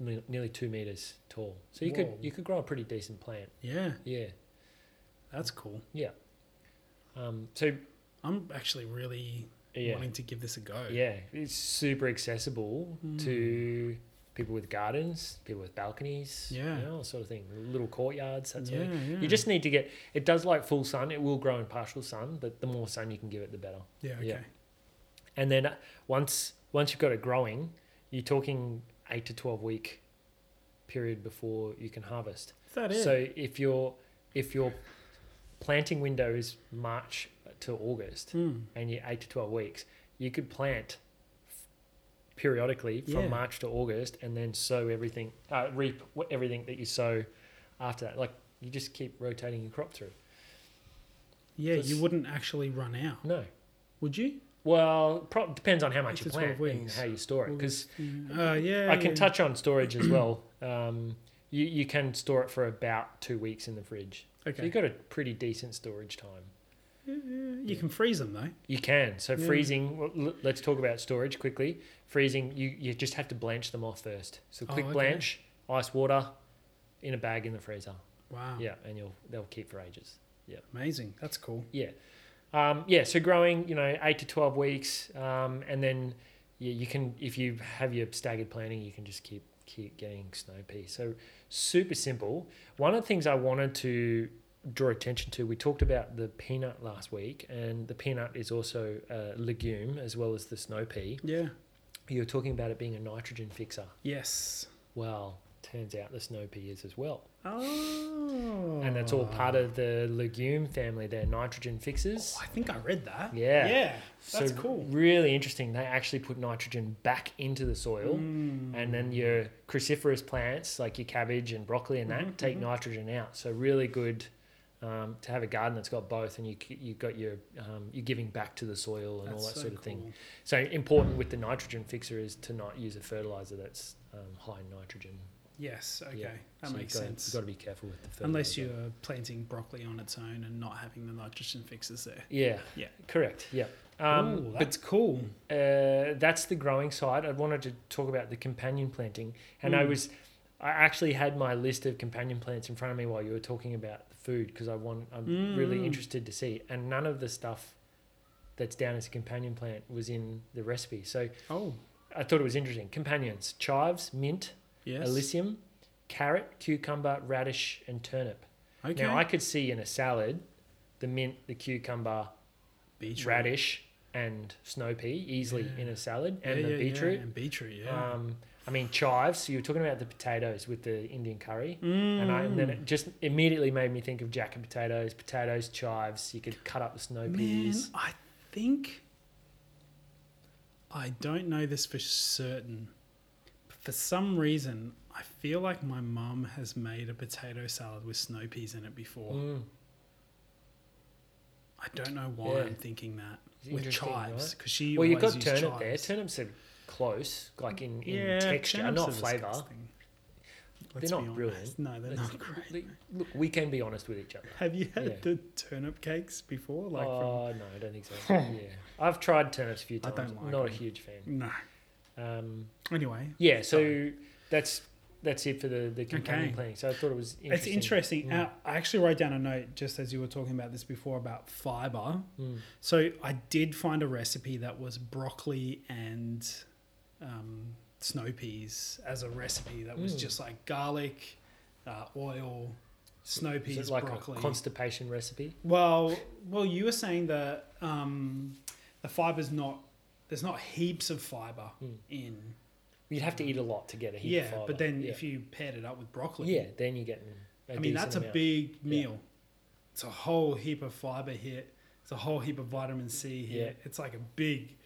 B: ne- nearly two meters tall, so you could
A: Whoa.
B: you could grow a pretty decent plant.
A: Yeah,
B: Yeah,
A: that's cool.
B: yeah. Um, so
A: I'm actually really
B: yeah.
A: wanting to give this a go.
B: Yeah, it's super accessible
A: Hmm.
B: to people with gardens, people with balconies,
A: Yeah.
B: you know, sort of thing, little courtyards, that sort
A: yeah,
B: of thing.
A: yeah.
B: You just need to get. It does like full sun. It will grow in partial sun, but the more sun you can give it, the better.
A: yeah, okay.
B: yeah. And then uh, once once you've got it growing, you're talking eight to twelve week period before you can harvest.
A: Is that it?
B: So if your if your planting window is March to August,
A: Hmm.
B: and you eight to twelve weeks, you could plant f- periodically from
A: Yeah.
B: March to August, and then sow everything, uh, reap wh- everything that you sow after that. Like you just keep rotating your crop through.
A: yeah,
B: That's-
A: you wouldn't actually run out,
B: No,
A: would you?
B: well, pro- depends on how much
A: Eight to
B: you
A: 12
B: plant and
A: weeks.
B: how you store it.
A: Well,
B: Because
A: Uh, yeah.
B: I can
A: yeah.
B: touch on storage as well. Um, you you can store it for about two weeks in the fridge. So
A: Okay.
B: you've got a pretty decent storage time.
A: You can freeze them though.
B: You can. So
A: Yeah.
B: freezing. well, l- Let's talk about storage quickly. Freezing. You you just have to blanch them off first. So
A: Oh,
B: quick
A: okay.
B: blanch, ice water, in a bag in the freezer.
A: Wow.
B: Yeah, and you'll they'll keep for ages.
A: Amazing. That's cool.
B: Yeah, um, yeah. So growing, you know, eight to twelve weeks, um, and then yeah, you can if you have your staggered planning, you can just keep keep getting snow peas. So super simple. One of the things I wanted to draw attention to. We talked about the peanut last week, and the peanut is also a legume as well as the snow pea.
A: Yeah.
B: You were talking about it being a nitrogen fixer.
A: Yes.
B: Well, turns out the snow pea is as well.
A: Oh.
B: And that's all part of the legume family. They're nitrogen fixers.
A: I think I read that.
B: Yeah.
A: Yeah. That's cool.
B: Really interesting. They actually put nitrogen back into the soil,
A: Mm.
B: and then your cruciferous plants, like your cabbage and broccoli and that,
A: Mm-hmm,
B: take nitrogen out. So really good um, to have a garden that's got both, and you c- you got your um, you're giving back to the soil and all
A: That's
B: that
A: so
B: sort of thing.
A: cool.
B: So important with the nitrogen fixer is to not use a fertilizer that's um, high in nitrogen.
A: Yes. Okay.
B: Yeah.
A: That
B: So
A: makes
B: you've got,
A: sense.
B: You've got to be careful with the fertilizer.
A: Unless you're planting broccoli on its own and not having the nitrogen fixes there.
B: yeah
A: Yeah.
B: correct yeah. Um,
A: Ooh,
B: but
A: that's cool.
B: uh, that's the growing side. I wanted to talk about the companion planting, and I
A: Mm.
B: was, I actually had my list of companion plants in front of me while you were talking about the food because I want, I'm
A: Mm.
B: really interested to see, and none of the stuff that's down as a companion plant was in the recipe. So
A: Oh,
B: I thought it was interesting. Companions: chives, mint,
A: yes.
B: alyssium, carrot, cucumber, radish, and turnip.
A: okay.
B: Now I could see in a salad, the mint, the cucumber,
A: beetroot.
B: radish, and snow pea easily
A: Yeah.
B: in a salad,
A: Yeah,
B: and the
A: yeah, yeah,
B: beetroot.
A: And beetroot, yeah.
B: Um, I mean chives. So you were talking about the potatoes with the Indian curry,
A: Mm.
B: and, I, and then it just immediately made me think of jacket potatoes, potatoes, chives. You could cut up the snow
A: Man,
B: peas.
A: I think I don't know this for certain. But for some reason, I feel like my mum has made a potato salad with snow peas in it before.
B: Mm,
A: I don't know why
B: Yeah.
A: I'm thinking that
B: It's
A: with
B: interesting,
A: chives
B: right?
A: because she
B: Well, you've
A: always
B: got
A: used
B: turnip
A: chives.
B: there. Turnips are close, like in, in
A: yeah,
B: texture,
A: turnips
B: not
A: are
B: flavour.
A: disgusting.
B: They're
A: Let's
B: not
A: be honest.
B: brilliant.
A: No, they're
B: Let's-
A: not great.
B: Look, Look, we can be honest with each other.
A: Have you had
B: Yeah.
A: the turnip cakes before? Like
B: oh no, I don't think so. yeah, I've tried turnips a few
A: I
B: times.
A: don't like
B: not a
A: them.
B: huge fan.
A: from no.
B: Um,
A: Anyway,
B: yeah, so that's that's it for the the companion
A: Okay.
B: planting. So I thought it was interesting.
A: It's interesting.
B: Mm.
A: Uh, I actually wrote down a note just as you were talking about this before about fiber.
B: Mm.
A: So I did find a recipe that was broccoli and um, snow peas as a recipe that was
B: Mm.
A: just like garlic, uh, oil, snow
B: Is
A: peas,
B: it like
A: broccoli.
B: a constipation recipe?
A: well, well, you were saying that um, the fiber's not there's not heaps of fiber
B: Mm.
A: in.
B: You'd have to eat a lot to get a heap
A: Yeah,
B: of fiber.
A: but then
B: yeah.
A: if you paired it up with broccoli,
B: yeah, then you're getting. I
A: I mean, that's a
B: big.
A: big meal. It's a whole heap of fiber hit. It's a whole heap of vitamin C hit.
B: Yeah.
A: It's like a big,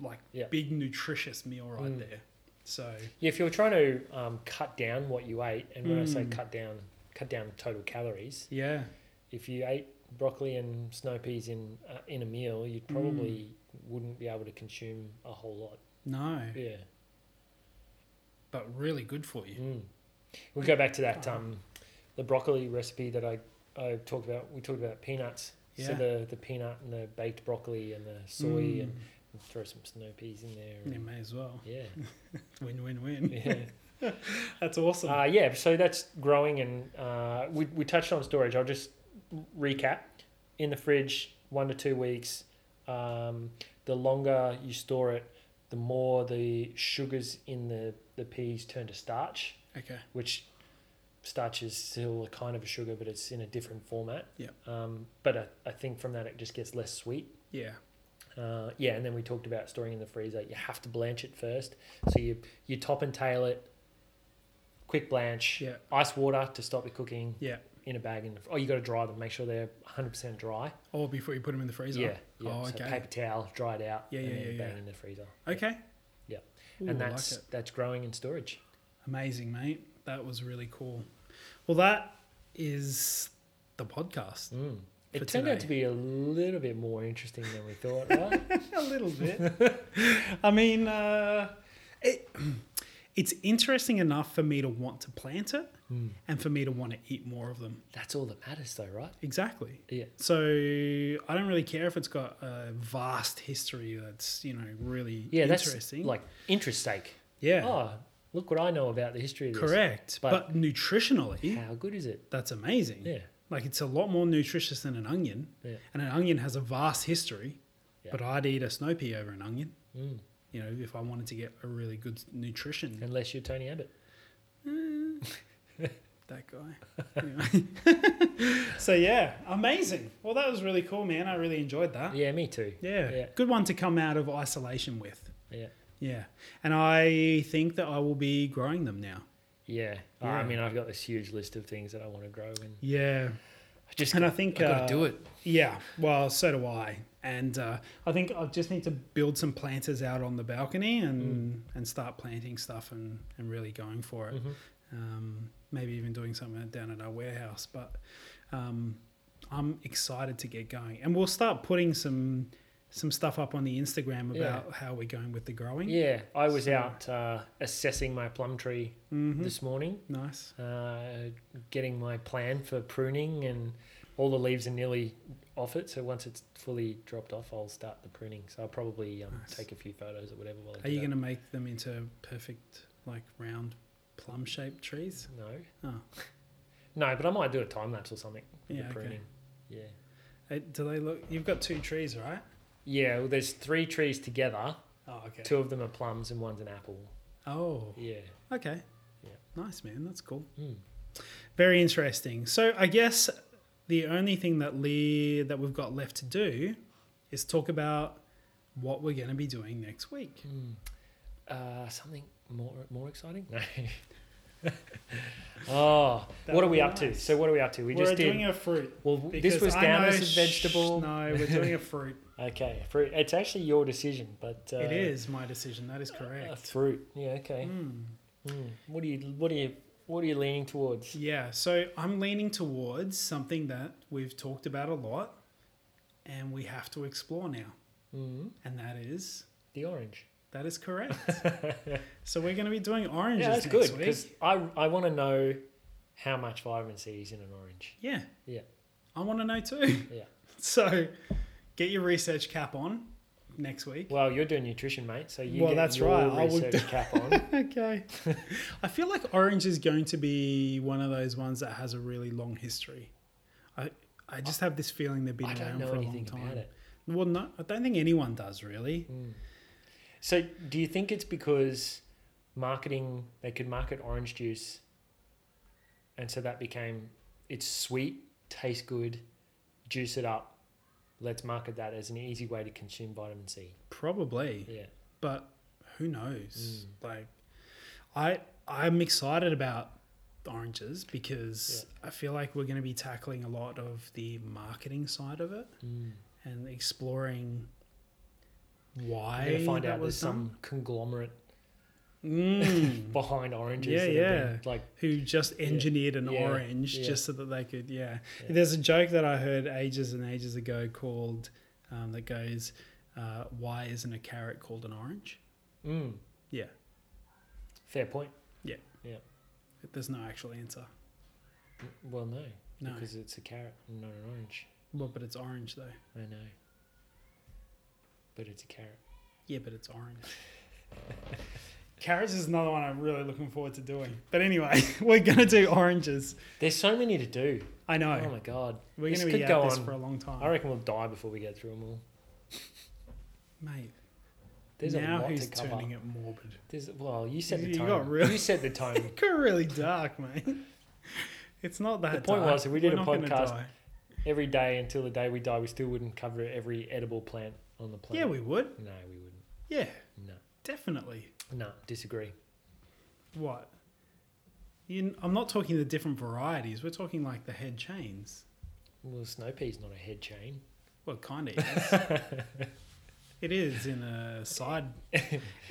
A: like
B: Yeah.
A: big nutritious meal right
B: Mm.
A: there. So
B: Yeah, if you're trying to um, cut down what you ate, and when I say
A: Mm.
B: cut down, cut down total calories.
A: yeah,
B: If you ate broccoli and snow peas in uh, in a meal, you probably
A: Hmm.
B: wouldn't be able to consume a whole lot.
A: no,
B: Yeah.
A: but really good for you.
B: Mm. We go back to that
A: Ah.
B: um, the broccoli recipe that I, I talked about. We talked about peanuts. So
A: Yeah.
B: the, the peanut and the baked broccoli and the soy
A: Mm.
B: and throw some snow peas in there.
A: You
B: and-
A: may as well.
B: yeah.
A: Win, win, win.
B: Yeah.
A: That's awesome.
B: uh, yeah. So that's growing and uh, we, we touched on storage. I'll just recap. In the fridge, one to two weeks. Um, the longer you store it, the more the sugars in the, the peas turn to starch.
A: okay.
B: which starch is still a kind of a sugar, but it's in a different format.
A: Yep.
B: Um, but I, I think from that it just gets less sweet.
A: Yeah.
B: Uh, yeah, and then we talked about storing in the freezer. You have to blanch it first, so you you top and tail it. Quick blanch.
A: Yeah.
B: Ice water to stop the cooking.
A: Yeah.
B: In a bag in the oh you got to dry them. Make sure they're hundred percent dry.
A: Or before you put them in the freezer.
B: Yeah. yeah.
A: Oh,
B: so
A: okay.
B: paper towel, dry it out.
A: Yeah,
B: and
A: yeah,
B: then
A: yeah,
B: Bang
A: yeah.
B: in the freezer.
A: Okay.
B: Yeah.
A: Ooh, I
B: and that's
A: like it.
B: that's growing in storage.
A: amazing, mate. That was really cool. Well, that is the podcast.
B: Mm.
A: for
B: It turned
A: today.
B: out to be a little bit more interesting than we thought, right?
A: a little bit. I mean, uh, it, it's interesting enough for me to want to plant it
B: Mm.
A: and for me to want to eat more of them.
B: That's all that matters, though, right?
A: Exactly.
B: Yeah.
A: So I don't really care if it's got a vast history that's you know really
B: Yeah, that's
A: interesting.
B: like interest sake.
A: yeah,
B: Oh, look what I know about the history of this.
A: correct. But,
B: but-
A: nutritionally,
B: How good is it?
A: that's amazing.
B: Yeah.
A: Like it's a lot more nutritious than an onion,
B: Yeah.
A: and an onion has a vast history.
B: Yeah.
A: But I'd eat a snow pea over an onion.
B: Mm.
A: You know, if I wanted to get a really good nutrition
B: Unless you're Tony Abbott.
A: that guy. Anyway. so yeah, amazing. Well, that was really cool, man. I really enjoyed that.
B: Yeah, me too.
A: Ah. Yeah.
B: Yeah.
A: Good one to come out of isolation with.
B: Yeah.
A: Yeah. And I think that I will be growing them now.
B: Yeah.
A: Yeah.
B: I mean, I've got this huge list of things that I want to grow and
A: Yeah.
B: I just
A: And I
B: got,
A: think,
B: I gotta
A: uh,
B: do it.
A: Yeah. Well, so do I. And uh, I think I just need to build some planters out on the balcony and
B: Mm.
A: and start planting stuff and, and really going for it.
B: Mhm.
A: Um, maybe even doing something down at our warehouse. But um, I'm excited to get going. And we'll start putting some some stuff up on the Instagram
B: Yeah.
A: about how we're going with the growing.
B: Yeah, I was
A: So-
B: out uh, assessing my plum tree
A: Mhm.
B: this morning,
A: Nice.
B: uh, getting my plan for pruning, and all the leaves are nearly off it. So once it's fully dropped off, I'll start the pruning. So I'll probably um,
A: Nice.
B: take a few photos or whatever. While I
A: Are you going to make them into perfect, like round, plum shaped trees?
B: to? No.
A: Oh.
B: No, but I might do a time lapse or something for
A: Yeah, okay.
B: the pruning. Yeah.
A: Uh, Do they look? You've got two trees, right?
B: Yeah, well, there's three trees together.
A: Oh, okay.
B: Two of them are plums and one's an apple.
A: Oh,
B: Yeah.
A: okay.
B: Yeah.
A: Nice, man. That's cool.
B: Mm.
A: Very interesting. So, I guess the only thing that Lee that we've got left to do is talk about what we're going to be doing next week.
B: Hmm. Uh, something more more exciting? No. oh,
A: That
B: what are
A: would
B: we
A: be
B: up to?
A: nice.
B: So what are we up to? We
A: we're
B: just did.
A: doing a fruit.
B: well, w-
A: because
B: this was
A: I
B: down
A: know-
B: as a vegetable.
A: Shh, no, we're doing a fruit.
B: Okay, fruit. It's actually your decision, but uh,
A: it is my decision. That is
B: a
A: correct.
B: fruit. Yeah. Okay.
A: Mm.
B: Mm. What are you? What are you? What are you leaning towards?
A: Yeah, so I'm leaning towards something that we've talked about a lot and we have to explore now.
B: Mm.
A: And that is
B: The orange.
A: that is correct. so we're going to be doing oranges
B: yeah, that's
A: next week.
B: good because I I want to know how much vitamin C is in an orange.
A: Yeah.
B: Yeah.
A: I want to know too.
B: Yeah.
A: So get your research cap on next week.
B: Well, you're doing nutrition, mate, so you
A: Well,
B: get
A: that's
B: your
A: right, I would
B: research cap on.
A: Okay. I feel like orange is going to be one of those ones that has a really long history. I I just have this feeling they've been
B: I don't
A: around
B: know
A: for a
B: anything
A: long
B: about
A: time.
B: it. Mm.
A: Well, no, I don't think anyone does really.
B: So, do you think it's because marketing they could market orange juice, and so that became it's sweet, tastes good, juice it up. Let's market that as an easy way to consume vitamin C.
A: Probably.
B: Yeah,
A: but who knows?
B: Mm.
A: Like, I I'm excited about the oranges because I feel like we're going to be tackling a lot of the marketing side of it and exploring why
B: I'm gonna find
A: that
B: out there's
A: was done.
B: some conglomerate
A: Mm.
B: behind oranges.
A: Yeah,
B: that have been,
A: yeah.
B: like
A: who just engineered an
B: Yeah,
A: orange
B: yeah.
A: just so that they could yeah.
B: Yeah.
A: there's a joke that i heard ages and ages ago called um, that goes uh, why isn't a carrot called an orange
B: mm,
A: yeah
B: fair point.
A: there's no actual answer
B: Well, no,
A: No.
B: because it's a carrot, and not an orange.
A: Well, but it's orange though.
B: I know, but it's a carrot.
A: Yeah, but it's orange. Carrots is another one I'm really looking forward to doing. But anyway, we're gonna do oranges.
B: There's so many to do.
A: I know.
B: Oh my god,
A: we're
B: this
A: gonna be
B: could
A: at
B: go
A: this
B: on.
A: for a long
B: I
A: time,
B: reckon we'll die before we get through them all.
A: mate.
B: There's a
A: now
B: lot
A: who's
B: to cover.
A: turning it morbid?
B: There's, well, you set the
A: You
B: tone.
A: got
B: You,
A: real-
B: set the tone.
A: It got really dark, mate. It's not that.
B: point
A: dark.
B: was, if we did
A: We're
B: a
A: not gonna
B: podcast-
A: die.
B: Every day until the day we die, we still wouldn't cover every edible plant on the
A: yeah,
B: planet.
A: we would.
B: No, we wouldn't.
A: Yeah,
B: No,
A: definitely.
B: no, disagree.
A: What? You, I'm not talking the different varieties. We're talking like the head chains.
B: Well, snow pea's not a head chain.
A: Well, kind of is. it is in a side.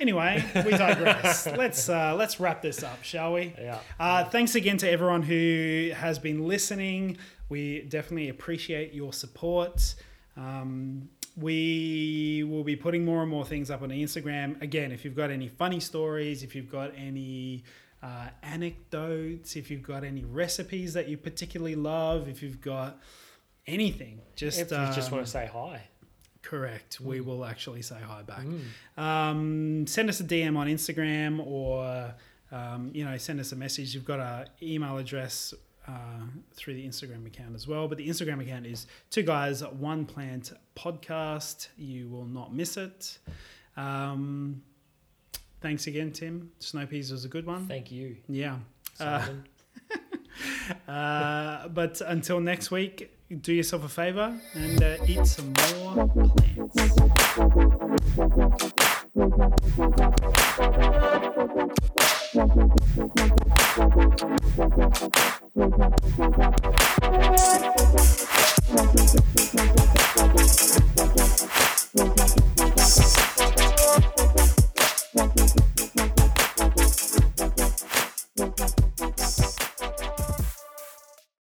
A: Anyway, we digress. let's uh, let's wrap this up, shall we?
B: Yeah.
A: Uh, thanks again to everyone who has been listening. We definitely appreciate your support. Um, we will be putting more and more things up on Instagram. Again, if you've got any funny stories, if you've got any uh, anecdotes, if you've got any recipes that you particularly love, if you've got anything, just
B: if you just
A: um,
B: want to say hi.
A: Correct. We
B: Mm.
A: will actually say hi back.
B: Mm.
A: Um, send us a DM on Instagram or, um, you know, send us a message. You've got our email address uh, through the Instagram account as well. But the Instagram account is Two Guys, One Plant Podcast. You will not miss it. Um, thanks again, Tim. Snow Peas was a good one.
B: Thank you,
A: yeah. Uh,
B: Simon.
A: Uh, but until next week, do yourself a favor and uh, eat some more plants.